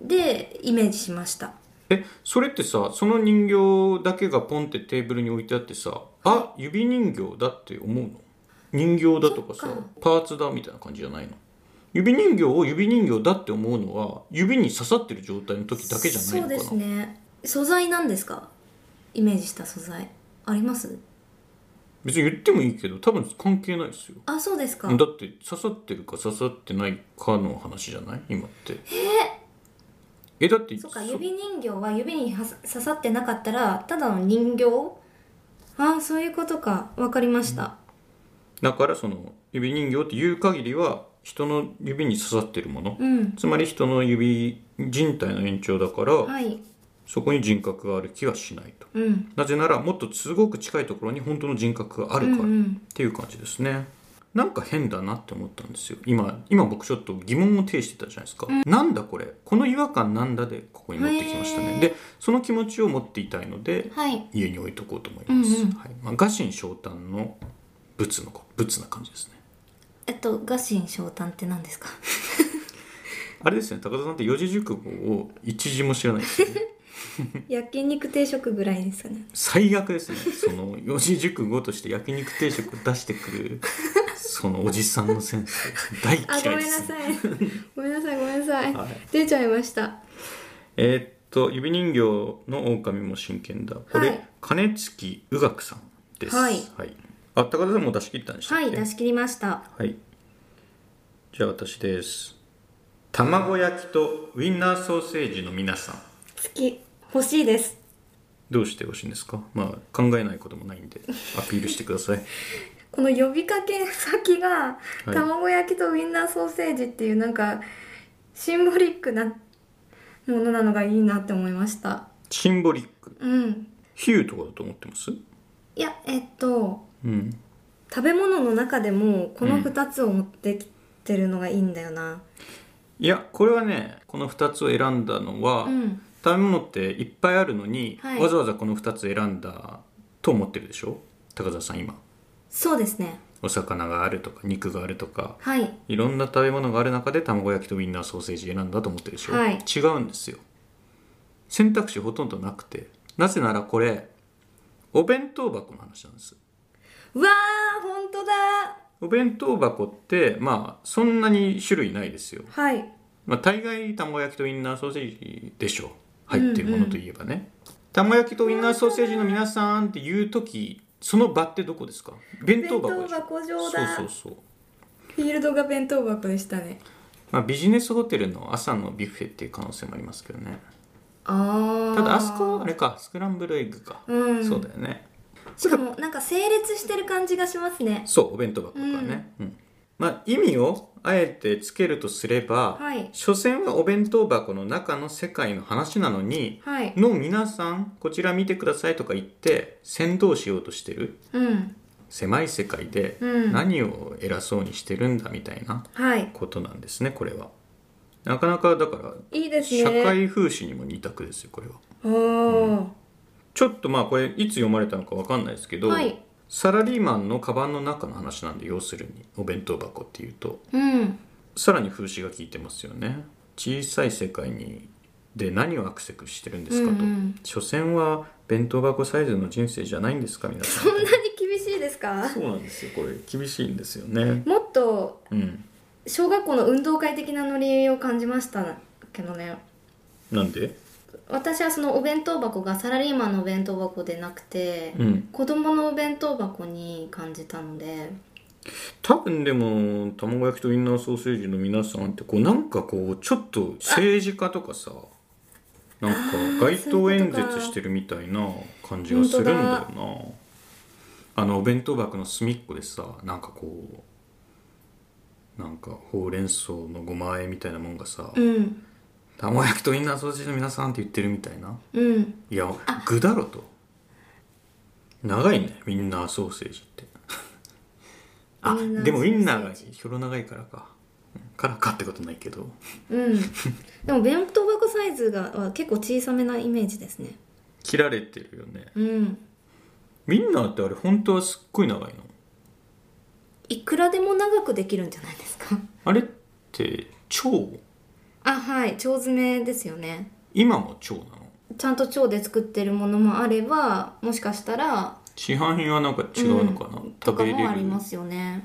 Speaker 1: うん
Speaker 2: でイメージしました
Speaker 1: えそれってさその人形だけがポンってテーブルに置いてあってさ、あ指人形だって思うの人形だとかさ
Speaker 2: そっか
Speaker 1: パーツだみたいな感じじゃないの指人形を指人形だって思うのは指に刺さってる状態の時だけじゃない
Speaker 2: そう
Speaker 1: のかな
Speaker 2: ですね素材なんですかイメージした素材あります
Speaker 1: 別に言ってもいいけど多分関係ないですよ
Speaker 2: あそうですか
Speaker 1: だって刺さってるか刺さってないかの話じゃない今ってえだって
Speaker 2: そうか指人形は指にはさ刺さってなかったらただの人形ああそういうことかわかりました、
Speaker 1: だからその指人形っていう限りは人の指に刺さってるもの、
Speaker 2: うん
Speaker 1: つまり人の指人体の延長だから、
Speaker 2: はい
Speaker 1: そこに人格がある気はしないと
Speaker 2: うん
Speaker 1: なぜならもっとすごく近いところに本当の人格がある
Speaker 2: う
Speaker 1: か
Speaker 2: ん
Speaker 1: ら、
Speaker 2: う
Speaker 1: っ
Speaker 2: ん
Speaker 1: ていう感じですねなんか変だなって思ったんですよ今今僕ちょっと疑問を呈してたじゃないですか、なんだこれこの違和感なんだでここに持ってきました
Speaker 2: へ
Speaker 1: ね
Speaker 2: ー
Speaker 1: でその気持ちを持っていたいので、
Speaker 2: はい
Speaker 1: 家に置いとこうと思います、
Speaker 2: うんうん
Speaker 1: はいまあ、臥薪嘗胆の仏の子仏な感じですね
Speaker 2: えっと「臥薪嘗胆」って 何ですか
Speaker 1: あれですね高田さんって四字熟語を一字も知らないですよね
Speaker 2: 焼肉定食ぐらいですかね
Speaker 1: 最悪ですねその四字熟語として焼肉定食を出してくるそのおじさんのセンス大嫌いで
Speaker 2: あ
Speaker 1: す、ね、
Speaker 2: ごめんなさい ごめんなさいごめんなさい、
Speaker 1: はい
Speaker 2: 出ちゃいました
Speaker 1: えーっと指人形の狼も真剣だこれ、
Speaker 2: はい
Speaker 1: 金月宇学さんです
Speaker 2: はい
Speaker 1: あ高田さんもう出し切ったんでしたっ
Speaker 2: は
Speaker 1: け
Speaker 2: い出し切りました
Speaker 1: はいじゃあ私です卵焼きとウインナーソーセージの皆さん
Speaker 2: 好き欲しいです
Speaker 1: どうしてほしいんですかまあ考えないこともないんでアピールしてください
Speaker 2: この呼びかけ先が、
Speaker 1: はい
Speaker 2: 卵焼きとウインナーソーセージっていうなんかシンボリックなものなのがいいなって思いました
Speaker 1: シンボリック
Speaker 2: うん
Speaker 1: 比喩とかだと思ってます
Speaker 2: いやえっと
Speaker 1: うん
Speaker 2: 食べ物の中でもこ
Speaker 1: う
Speaker 2: の
Speaker 1: ん
Speaker 2: 2つを持ってきてるのがいいんだよな、
Speaker 1: いやこれはねこの2つを選んだのは、
Speaker 2: うん
Speaker 1: 食べ物っていっぱいあるのに、
Speaker 2: はい
Speaker 1: わざわざこの2つ選んだと思ってるでしょ高澤さん今
Speaker 2: そうですね
Speaker 1: お魚があるとか肉があるとか
Speaker 2: はい
Speaker 1: いろんな食べ物がある中で卵焼きとウインナーソーセージ選んだと思ってるでしょ、
Speaker 2: はい
Speaker 1: 違うんですよ選択肢ほとんどなくてなぜならこれお弁当箱の話なんです
Speaker 2: うわー本当だ
Speaker 1: お弁当箱ってまあそんなに種類ないですよ
Speaker 2: はい
Speaker 1: まあ、大概卵焼きとウインナーソーセージでしょう入ってるものといえばね、卵焼きとウインナーソーセージの皆さんっていう時その場ってどこですか弁当箱でしょ
Speaker 2: 弁当箱上だ
Speaker 1: そうそうそう、
Speaker 2: フィールドが弁当箱でしたね
Speaker 1: まあ、ビジネスホテルの朝のビュッフェっていう可能性もありますけどね
Speaker 2: ああ
Speaker 1: ただあそこはあれかスクランブルエッグか、
Speaker 2: うん
Speaker 1: そうだよね
Speaker 2: しかもなんか整列してる感じがしますね
Speaker 1: そうお弁当箱とかね、うんまあ、意味をあえてつけるとすれば、
Speaker 2: はい
Speaker 1: 所詮はお弁当箱の中の世界の話なのに、
Speaker 2: はい
Speaker 1: の皆さんこちら見てくださいとか言って先導しようとしてる
Speaker 2: うん
Speaker 1: 狭い世界で
Speaker 2: うん
Speaker 1: 何を偉そうにしてるんだみたいな
Speaker 2: はい
Speaker 1: ことなんですねこれはなかなかだから
Speaker 2: いいですね
Speaker 1: 社会風刺にも似たくですよこれは
Speaker 2: おお、
Speaker 1: ちょっとまあこれいつ読まれたのかわかんないですけど、
Speaker 2: はい
Speaker 1: サラリーマンのカバンの中の話なんで要するにお弁当箱っていうと
Speaker 2: うん
Speaker 1: さらに風刺が効いてますよね小さい世界にで何をアクセスしてるんですかと、
Speaker 2: うんうん
Speaker 1: 所詮は弁当箱サイズの人生じゃないんですか皆さん
Speaker 2: そんなに厳しいですか
Speaker 1: そうなんですよこれ厳しいんですよね
Speaker 2: もっと
Speaker 1: うん
Speaker 2: 小学校の運動会的なノリを感じましたけどね
Speaker 1: なんで
Speaker 2: 私はそのお弁当箱がサラリーマンのお弁当箱でなくて、
Speaker 1: うん
Speaker 2: 子供のお弁当箱に感じたので
Speaker 1: 多分でも卵焼きとウインナーソーセージの皆さんってこうなんかこうちょっと政治家とかさなんか街頭演説してるみたいな感じがするんだよなあのお弁当箱の隅っこでさなんかこうなんかほうれん草のごま和えみたいなもんがさ
Speaker 2: うん
Speaker 1: 「卵焼きとウインナーソーセージの皆さん」って言ってるみたいな
Speaker 2: うん
Speaker 1: いや具だろと長いねウインナーソーセージって あ
Speaker 2: ウインナー
Speaker 1: でもウインナーがひょろ長いからかうんからかってことないけど
Speaker 2: うんでも弁当箱サイズがは結構小さめなイメージですね
Speaker 1: 切られてるよね
Speaker 2: うん
Speaker 1: ウインナーってあれ本当はすっごい長いの
Speaker 2: いくらでも長くできるんじゃないですか
Speaker 1: あれって腸
Speaker 2: あはい腸詰めですよね
Speaker 1: 今も腸なの
Speaker 2: ちゃんと腸で作ってるものもあればもしかしたら
Speaker 1: 市販品はなんか違うのかな、
Speaker 2: うんと
Speaker 1: 食
Speaker 2: か
Speaker 1: べれる
Speaker 2: もありますよね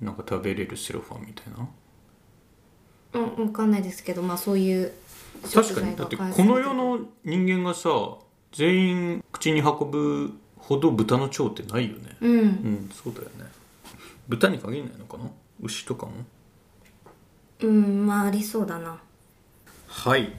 Speaker 1: なんか食べれるセロファンみたいな
Speaker 2: うん分かんないですけどまあそういう
Speaker 1: 確かにだってこの世の人間がさ全員口に運ぶほど豚の腸ってないよね
Speaker 2: う
Speaker 1: う
Speaker 2: ん
Speaker 1: んそうだよね豚に限らないのかな牛とかも
Speaker 2: うんまあありそうだな
Speaker 1: はい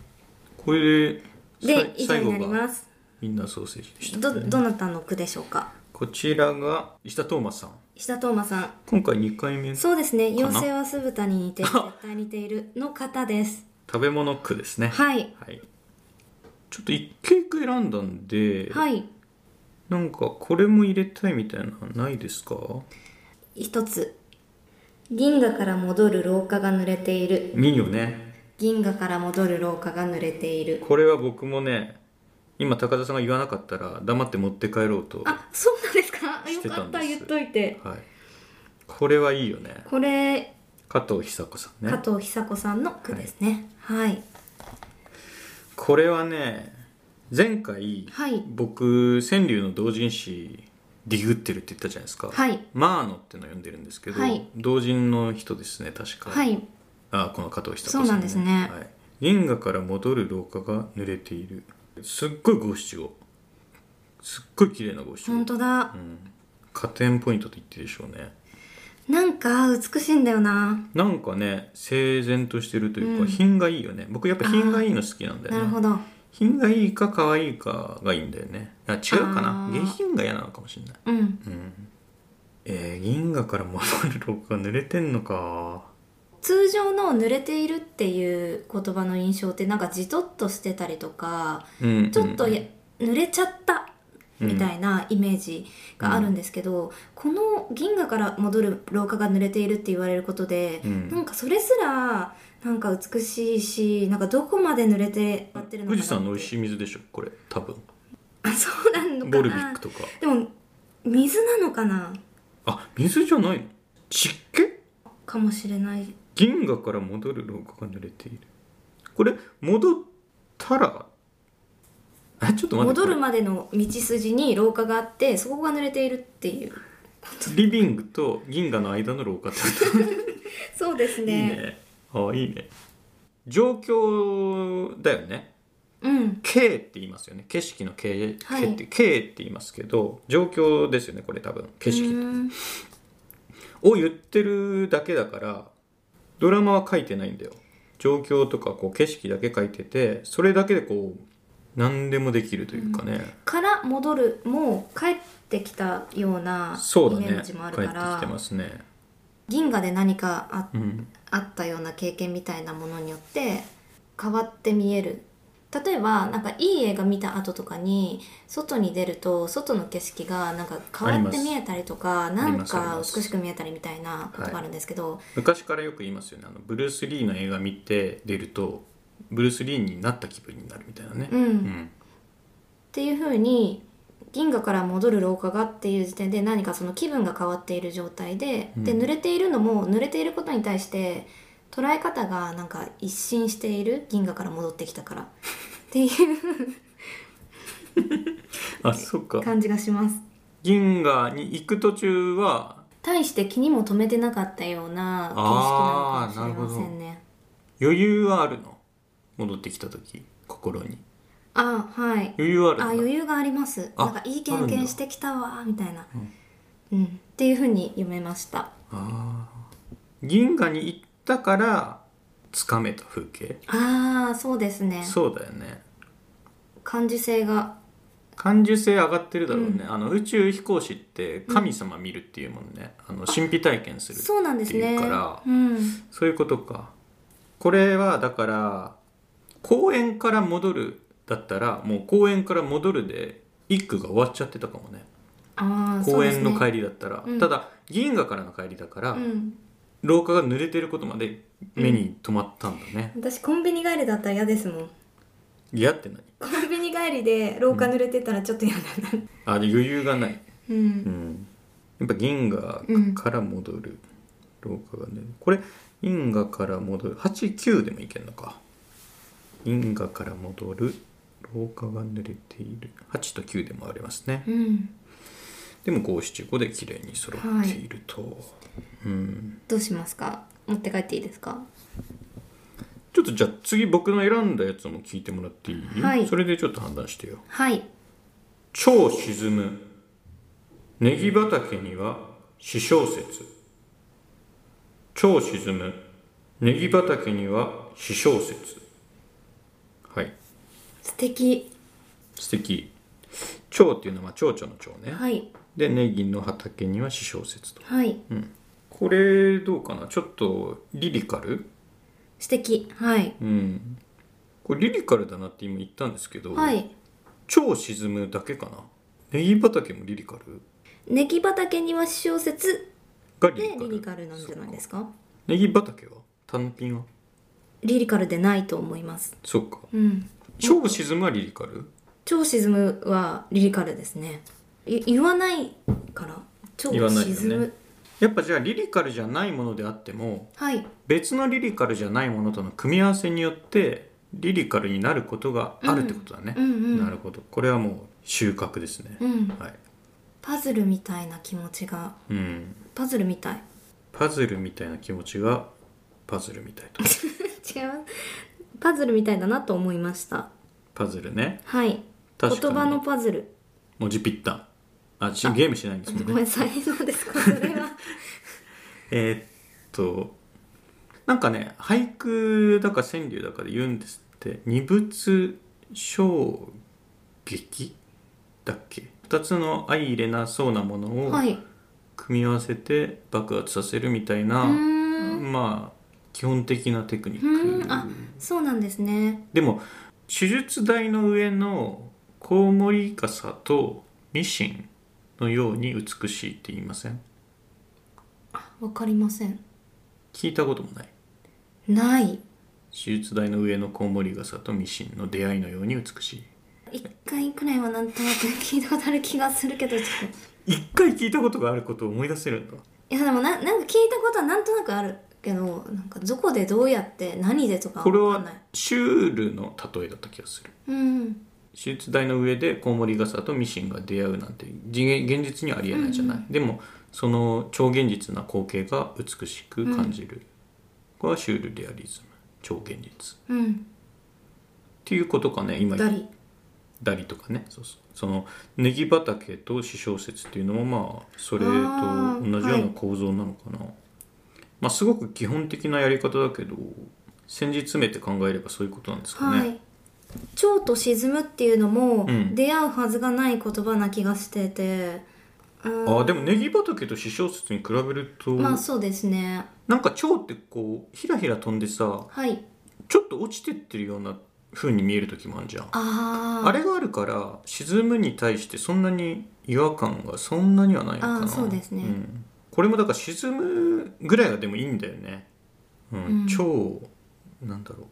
Speaker 1: これでさ
Speaker 2: で
Speaker 1: い
Speaker 2: 以上になります
Speaker 1: ウインナーソーセージでした
Speaker 2: ど
Speaker 1: ね、
Speaker 2: どなたの句でしょうか
Speaker 1: こちらが石田斗真さん
Speaker 2: 石田斗真さん
Speaker 1: 今回2回目食
Speaker 2: そうですね
Speaker 1: な
Speaker 2: 妖精は酢豚に似てる絶対似ているの方です
Speaker 1: べ物区ですね
Speaker 2: はい
Speaker 1: はいちょっと一軒一軒選んだんで、
Speaker 2: はい
Speaker 1: なんかこれも入れたいみたいなのないですか
Speaker 2: 一つ銀河から戻る廊下が濡れている
Speaker 1: 見よね
Speaker 2: 銀河から戻る廊下が濡れている
Speaker 1: これは僕もね今高田さんが言わなかったら黙って持って帰ろうとは
Speaker 2: あそうなんですか
Speaker 1: し
Speaker 2: よ
Speaker 1: てた
Speaker 2: か
Speaker 1: ん
Speaker 2: っ
Speaker 1: で
Speaker 2: た
Speaker 1: す
Speaker 2: 言っといて
Speaker 1: いこれはいいよね
Speaker 2: これ
Speaker 1: 加藤久子さんね
Speaker 2: 加藤久子さんの句ですねはい
Speaker 1: これはね前回、
Speaker 2: はい
Speaker 1: 僕川柳の同人誌ディグってるって言ったじゃないですか、
Speaker 2: はい
Speaker 1: マーノってのを読んでるんですけど、
Speaker 2: はい
Speaker 1: 同人の人ですね確か、
Speaker 2: はい
Speaker 1: あこの加藤久子さん、
Speaker 2: そうなんですね
Speaker 1: はい、銀河から戻る廊下が濡れているすっごい五七五すっごい綺麗な五七
Speaker 2: 本
Speaker 1: 五
Speaker 2: 当だ
Speaker 1: 加点ポイントと言ってるでしょうね
Speaker 2: なんか美しいんだよな
Speaker 1: なんかね整然としてるというか、
Speaker 2: うん
Speaker 1: 品がいいよね僕やっぱ品がいいの好きなんだよ
Speaker 2: な
Speaker 1: ね
Speaker 2: るほど
Speaker 1: 品がいいか可愛いかがいいんだよねあ違うかな
Speaker 2: あー
Speaker 1: 下品が嫌なのかもしれない
Speaker 2: うん
Speaker 1: うんえー、銀河から戻る廊下濡れてんのか
Speaker 2: 通常の「濡れている」っていう言葉の印象ってなんかじとっとしてたりとか
Speaker 1: うん
Speaker 2: ちょっと
Speaker 1: うん
Speaker 2: や、濡れちゃったみたいなイメージがあるんですけど、この「銀河から戻る廊下が濡れている」って言われることで、
Speaker 1: うん
Speaker 2: なんかそれすらなんか美しいしなんかどこまで濡れてやってるのか
Speaker 1: 富
Speaker 2: なって
Speaker 1: 士山の美味しい水でしょこれ多分
Speaker 2: あそうなのかな
Speaker 1: ボルビックとか
Speaker 2: でも水なのかな
Speaker 1: あ水じゃないの湿気
Speaker 2: かもしれない
Speaker 1: 銀河から戻る廊下が濡れているこれ戻ったらえちょっと待って
Speaker 2: 戻るまでの道筋に廊下があってそこが濡れているっていう
Speaker 1: リビングと銀河の間の廊下ってこと
Speaker 2: そうです
Speaker 1: いい
Speaker 2: ね
Speaker 1: ね。あいいね。状況だよね。
Speaker 2: うん
Speaker 1: 景って言いますよね。景色の景、
Speaker 2: はい
Speaker 1: 景って景って言いますけど、状況ですよね。これ多分景
Speaker 2: う
Speaker 1: 色
Speaker 2: ん
Speaker 1: を言ってるだけだから、ドラマは書いてないんだよ。状況とかこう景色だけ書いてて、それだけでこう何でもできるというかね。
Speaker 2: から戻るもう帰ってきたような
Speaker 1: そう
Speaker 2: イ
Speaker 1: だ
Speaker 2: メ
Speaker 1: ね。
Speaker 2: ー
Speaker 1: 帰
Speaker 2: ジ
Speaker 1: って
Speaker 2: もあ
Speaker 1: き
Speaker 2: るから、
Speaker 1: てますね。
Speaker 2: 銀河で何かあ
Speaker 1: うん。
Speaker 2: あったような経験みたいなものによって変わって見える例えばなんかいい映画見た後とかに外に出ると外の景色がなんか変わって見えたりと
Speaker 1: ま
Speaker 2: か
Speaker 1: す
Speaker 2: なん
Speaker 1: あり
Speaker 2: か
Speaker 1: ます
Speaker 2: 美しく見えたりみたいなことがあるんですけど、
Speaker 1: 昔からよく言いますよねあのブルース・リーの映画見て出るとブルース・リーになった気分になるみたいなね、
Speaker 2: うん
Speaker 1: うん
Speaker 2: っていう風に銀河から戻る廊下がっていう時点で何かその気分が変わっている状態で、で
Speaker 1: うん
Speaker 2: 濡れているのも濡れていることに対して捉え方がなんか一新している銀河から戻ってきたからっていう
Speaker 1: あそうか
Speaker 2: 感じがします。
Speaker 1: 銀河に行く途中は
Speaker 2: 対して気にも留めてなかったような景色なのかもしれませんね。
Speaker 1: 余裕はあるの戻ってきた時心に
Speaker 2: あはい。
Speaker 1: 余裕はあるん
Speaker 2: あ
Speaker 1: だ
Speaker 2: 余裕があります。
Speaker 1: あ
Speaker 2: なんかいい
Speaker 1: ある
Speaker 2: 経
Speaker 1: んだ
Speaker 2: 験してきたわみたいな、
Speaker 1: う
Speaker 2: うんん、っていう風に読めました。
Speaker 1: あー銀河に行ったからつかめた風景、
Speaker 2: ああそうですね。
Speaker 1: そうだよね
Speaker 2: 感受性が
Speaker 1: 感受性上がってるだろうね、あの宇宙飛行士って神様見るっていうもんね、あの神秘体験するって
Speaker 2: そうなんです
Speaker 1: い
Speaker 2: ね。
Speaker 1: うから
Speaker 2: うん、
Speaker 1: そういうことか。これはだから公園から戻るだったらもう公園から戻るで一句が終わっちゃってたかもね
Speaker 2: ああ、
Speaker 1: 公園の
Speaker 2: そう
Speaker 1: 帰りだったら、
Speaker 2: うん
Speaker 1: ただ銀河からの帰りだから、
Speaker 2: ですね。うん。
Speaker 1: 廊下が濡れてることまで目に留まったんだね、
Speaker 2: 私コンビニ帰りだったら嫌ですもん。
Speaker 1: 嫌って何
Speaker 2: コンビニ帰りで廊下濡れてたらちょっと嫌だな。
Speaker 1: あ余裕がない、
Speaker 2: う。
Speaker 1: うんん、やっぱ銀河から戻る、廊下がねこれ銀河から戻る89でもいけんのか銀河から戻る廊下が濡れている8と9でもありますね
Speaker 2: うん。
Speaker 1: でも五七五で綺麗に揃っていると、うん
Speaker 2: どうしますか。持って帰っていいですか。
Speaker 1: ちょっとじゃあ次僕の選んだやつも聞いてもらっていい、
Speaker 2: はい
Speaker 1: それでちょっと判断してよ
Speaker 2: はい。
Speaker 1: 超沈むネギ畑には詩小説超沈むネギ畑には詩小説はい
Speaker 2: 素敵。
Speaker 1: 素敵蝶っていうのは蝶々の蝶ね、
Speaker 2: はい。
Speaker 1: でネギの畑には詩小説と
Speaker 2: はい。
Speaker 1: これどうかなちょっとリリカル
Speaker 2: 素敵。はい。
Speaker 1: うんこれリリカルだなって今言ったんですけど、
Speaker 2: はい。
Speaker 1: 超沈むだけかなネギ畑もリリカル
Speaker 2: ネギ畑には小説。
Speaker 1: がリ
Speaker 2: で
Speaker 1: リカ
Speaker 2: リ
Speaker 1: ル
Speaker 2: リカルなんじゃないですか
Speaker 1: ネギ畑は単品は
Speaker 2: リリカルでないと思います
Speaker 1: そっか
Speaker 2: うん
Speaker 1: 超沈むはリリカル
Speaker 2: 超沈むはリリカルですねい言わないから超
Speaker 1: 言わないよね
Speaker 2: 沈む、
Speaker 1: やっぱじゃあリリカルじゃないものであっても
Speaker 2: はい
Speaker 1: 別のリリカルじゃないものとの組み合わせによってリリカルになることがあるってことだね、
Speaker 2: うんうんうん
Speaker 1: なるほどこれはもう収穫ですね、
Speaker 2: うん
Speaker 1: はい、
Speaker 2: パズルみたいな気持ちが
Speaker 1: うん、
Speaker 2: パズルみたい
Speaker 1: パズルみたいな気持ちがパズルみたいと
Speaker 2: 違うパズルみたいだなと思いました
Speaker 1: パズルね
Speaker 2: はい言
Speaker 1: 確かに
Speaker 2: 葉のパズル
Speaker 1: 文字ぴったあちゲームしないんですも
Speaker 2: ご
Speaker 1: ん
Speaker 2: めん
Speaker 1: ね
Speaker 2: なさいそうで すかそれは
Speaker 1: えーっとなんかね俳句だか川柳だかで言うんですって二物衝撃だっけ二つの相入れなそうなものを
Speaker 2: はい
Speaker 1: 組み合わせて爆発させるみたいうな、
Speaker 2: ーん
Speaker 1: まあ基本的なテクニ
Speaker 2: う
Speaker 1: ッ
Speaker 2: ーんあ
Speaker 1: ク
Speaker 2: そうなんですね
Speaker 1: でも手術台の上のコウモリカサとミシンのように美しいって言いません
Speaker 2: わかりません
Speaker 1: 聞いたこともない
Speaker 2: ない
Speaker 1: 手術台の上のコウモリガサとミシンの出会いのように美しい
Speaker 2: 一回くらいはなんとなく聞いたことある気がするけどちょっ
Speaker 1: 一回聞いたことがあることを思い出せるんだ
Speaker 2: といやでもななんか聞いたことはなんとなくあるけどなんかどこでどうやって何でとか
Speaker 1: これ
Speaker 2: わかん
Speaker 1: は
Speaker 2: ない
Speaker 1: シュールの例えだった気がする
Speaker 2: うん
Speaker 1: 手術台の上でコウモリガサとミシンが出会うなんて次元現実にはありえないじゃない、でもその超現実な光景が美しく感じる、これはシュールレアリズム超現実
Speaker 2: うん
Speaker 1: っていうことかね今
Speaker 2: ダリ
Speaker 1: ダリとかねそうそうそのネギ畑と詩小説っていうのもまあそれと同じような構造なのかな、まあすごく基本的なやり方だけど先日めって考えればそういうことなんですかね、
Speaker 2: はい「蝶と沈む」っていうのも、
Speaker 1: うん
Speaker 2: 出会うはずがない言葉な気がしててうん
Speaker 1: ああでもネギ畑と詩小説に比べると、
Speaker 2: まあそうですね
Speaker 1: なんか蝶ってこうひらひら飛んでさ
Speaker 2: はい
Speaker 1: ちょっと落ちてってるような風に見える時もあるじゃん
Speaker 2: あー
Speaker 1: あれがあるから沈むに対してそんなに違和感がそんなにはないのか
Speaker 2: あー
Speaker 1: な
Speaker 2: そうですね
Speaker 1: んこれもだから沈むぐらいがでもいいんだよね、うん
Speaker 2: うん
Speaker 1: 超なんだろう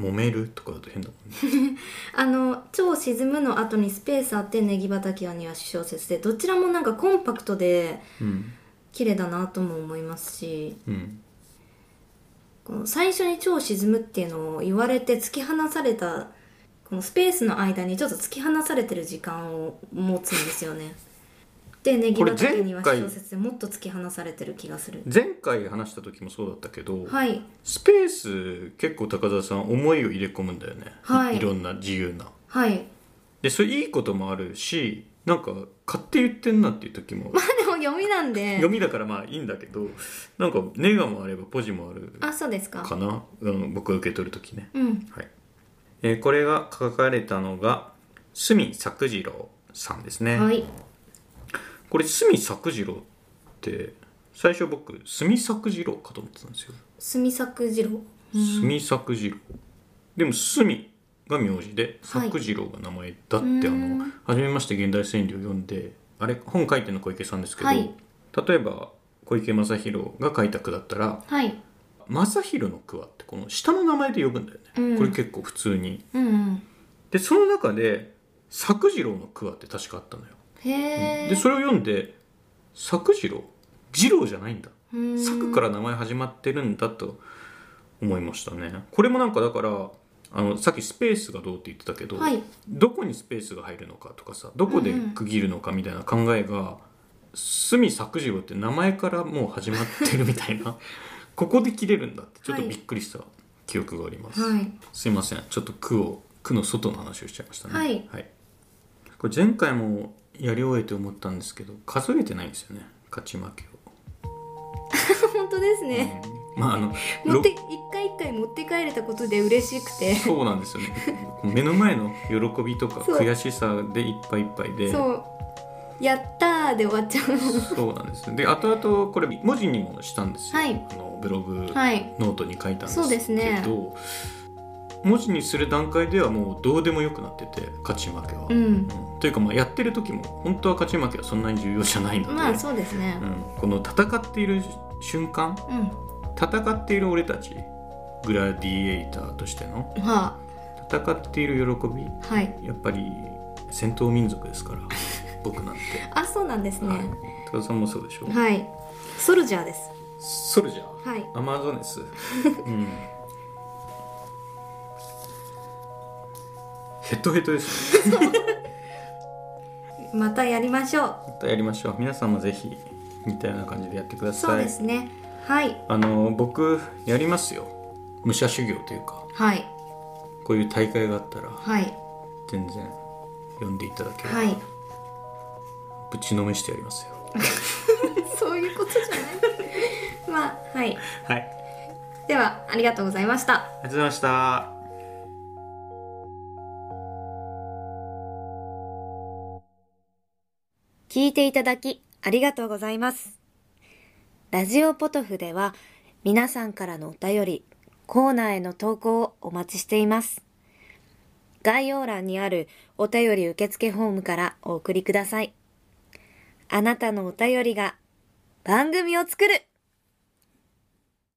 Speaker 1: 揉めるとかだと変だもんね
Speaker 2: あの「超沈む」の後に「スペースあってネギ畑は庭師小説で」どちらもなんかコンパクトで
Speaker 1: うん
Speaker 2: 綺麗だなとも思いますし
Speaker 1: うん
Speaker 2: この最初に「超沈む」っていうのを言われて突き放されたこのスペースの間にちょっと突き放されてる時間を持つんですよね。でネギ
Speaker 1: これ
Speaker 2: 畑には
Speaker 1: 前回
Speaker 2: 小説でもっと突き放されてる気がする。
Speaker 1: 前回話した時もそうだったけど、
Speaker 2: はい
Speaker 1: スペース結構高田さん思いを入れ込むんだよね、
Speaker 2: はい
Speaker 1: ろんな自由な
Speaker 2: はい。
Speaker 1: でそれいいこともあるしなんか勝手言ってんなっていう時も
Speaker 2: まあでも読みなんで
Speaker 1: 読。みだからまあいいんだけどなんかネガもあればポジもある
Speaker 2: あそうですか。
Speaker 1: かな、うん、僕が受け取る時ね、
Speaker 2: うん
Speaker 1: はいえーこれが書かれたのが角作次郎さんですね、
Speaker 2: はい。
Speaker 1: これ角作次郎って最初僕角作次郎かと思ってたんですよ
Speaker 2: 住作次郎。
Speaker 1: 角作次郎でも角が名字で
Speaker 2: はい
Speaker 1: 作次郎が名前だって、あ
Speaker 2: う
Speaker 1: の
Speaker 2: ん
Speaker 1: 初めまして現代川柳を読んであれ本書いてるの小池さんですけど、
Speaker 2: はい
Speaker 1: 例えば小池正弘が書いた句だったら
Speaker 2: はい。
Speaker 1: 「正弘の句は」ってこの下の名前で呼ぶんだよね、
Speaker 2: うん
Speaker 1: これ結構普通に
Speaker 2: うんうん。
Speaker 1: でその中で作次郎の句はって確かあったのよ、
Speaker 2: へえ。
Speaker 1: でそれを読んで作次郎次郎じゃないんだ
Speaker 2: うん
Speaker 1: 作から名前始まってるんだと思いましたねこれもなんかだからあのさっきスペースがどうって言ってたけど、
Speaker 2: はい
Speaker 1: どこにスペースが入るのかとかさどこで区切るのかみたいな考えが「隅作次郎」って名前からもう始まってるみた いなここで切れるんだってちょっとびっくりした記憶があります、
Speaker 2: はい。
Speaker 1: すいませんちょっと区を区の外の話をしちゃいましたね
Speaker 2: はい
Speaker 1: これ前回もやり終えて思ったんですけど数えてないんですよね勝ち負けを。
Speaker 2: 本当ですね。
Speaker 1: まああの
Speaker 2: 持って
Speaker 1: ろ
Speaker 2: 一回一回持って帰れたことで嬉しくて、
Speaker 1: そうなんですよね目の前の喜びとか
Speaker 2: そう
Speaker 1: 悔しさでいっぱいいっぱいで
Speaker 2: そうやったーで終わっちゃう。
Speaker 1: そうなんですよで後々これ文字にもしたんですよ、
Speaker 2: はい
Speaker 1: あのブログ、
Speaker 2: はい
Speaker 1: ノートに書いたんですけど、
Speaker 2: そうですね
Speaker 1: 文字にする段階ではもうどうでもよくなってて勝ち負けは、う
Speaker 2: う
Speaker 1: ん
Speaker 2: ん
Speaker 1: というかまあやってる時も本当は勝ち負けはそんなに重要じゃないので、
Speaker 2: まあそうですね
Speaker 1: うん、この戦っている瞬間
Speaker 2: うん
Speaker 1: 戦っている俺たちグラディエイターとしての
Speaker 2: は
Speaker 1: 戦っている喜び
Speaker 2: あはい
Speaker 1: やっぱり戦闘民族ですから僕 なんて、
Speaker 2: あそうなんです
Speaker 1: はい
Speaker 2: ね、
Speaker 1: 高田さんもそうでしょ、
Speaker 2: はいソルジャーです
Speaker 1: ソルジャー
Speaker 2: はい
Speaker 1: アマゾネ ス、うん、ヘトヘトですね
Speaker 2: またやりましょう
Speaker 1: またやりましょう皆さんもぜひみたいな感じでやってください
Speaker 2: そうですねはい
Speaker 1: あの僕やりますよ武者修行というか
Speaker 2: はい
Speaker 1: こういう大会があったら
Speaker 2: はい
Speaker 1: 全然呼んでいただければ、
Speaker 2: はい
Speaker 1: ぶちのめしてやりますよ
Speaker 2: そういう ことじゃないまあはい
Speaker 1: はいありが
Speaker 2: ではありがとうございました
Speaker 1: とうございました
Speaker 2: 聞いていただきありがとうございます。ラジオポトフでは皆さんからのお便り、コーナーへの投稿をお待ちしています。概要欄にあるお便り受付フォームからお送りください。あなたのお便りが番組を作る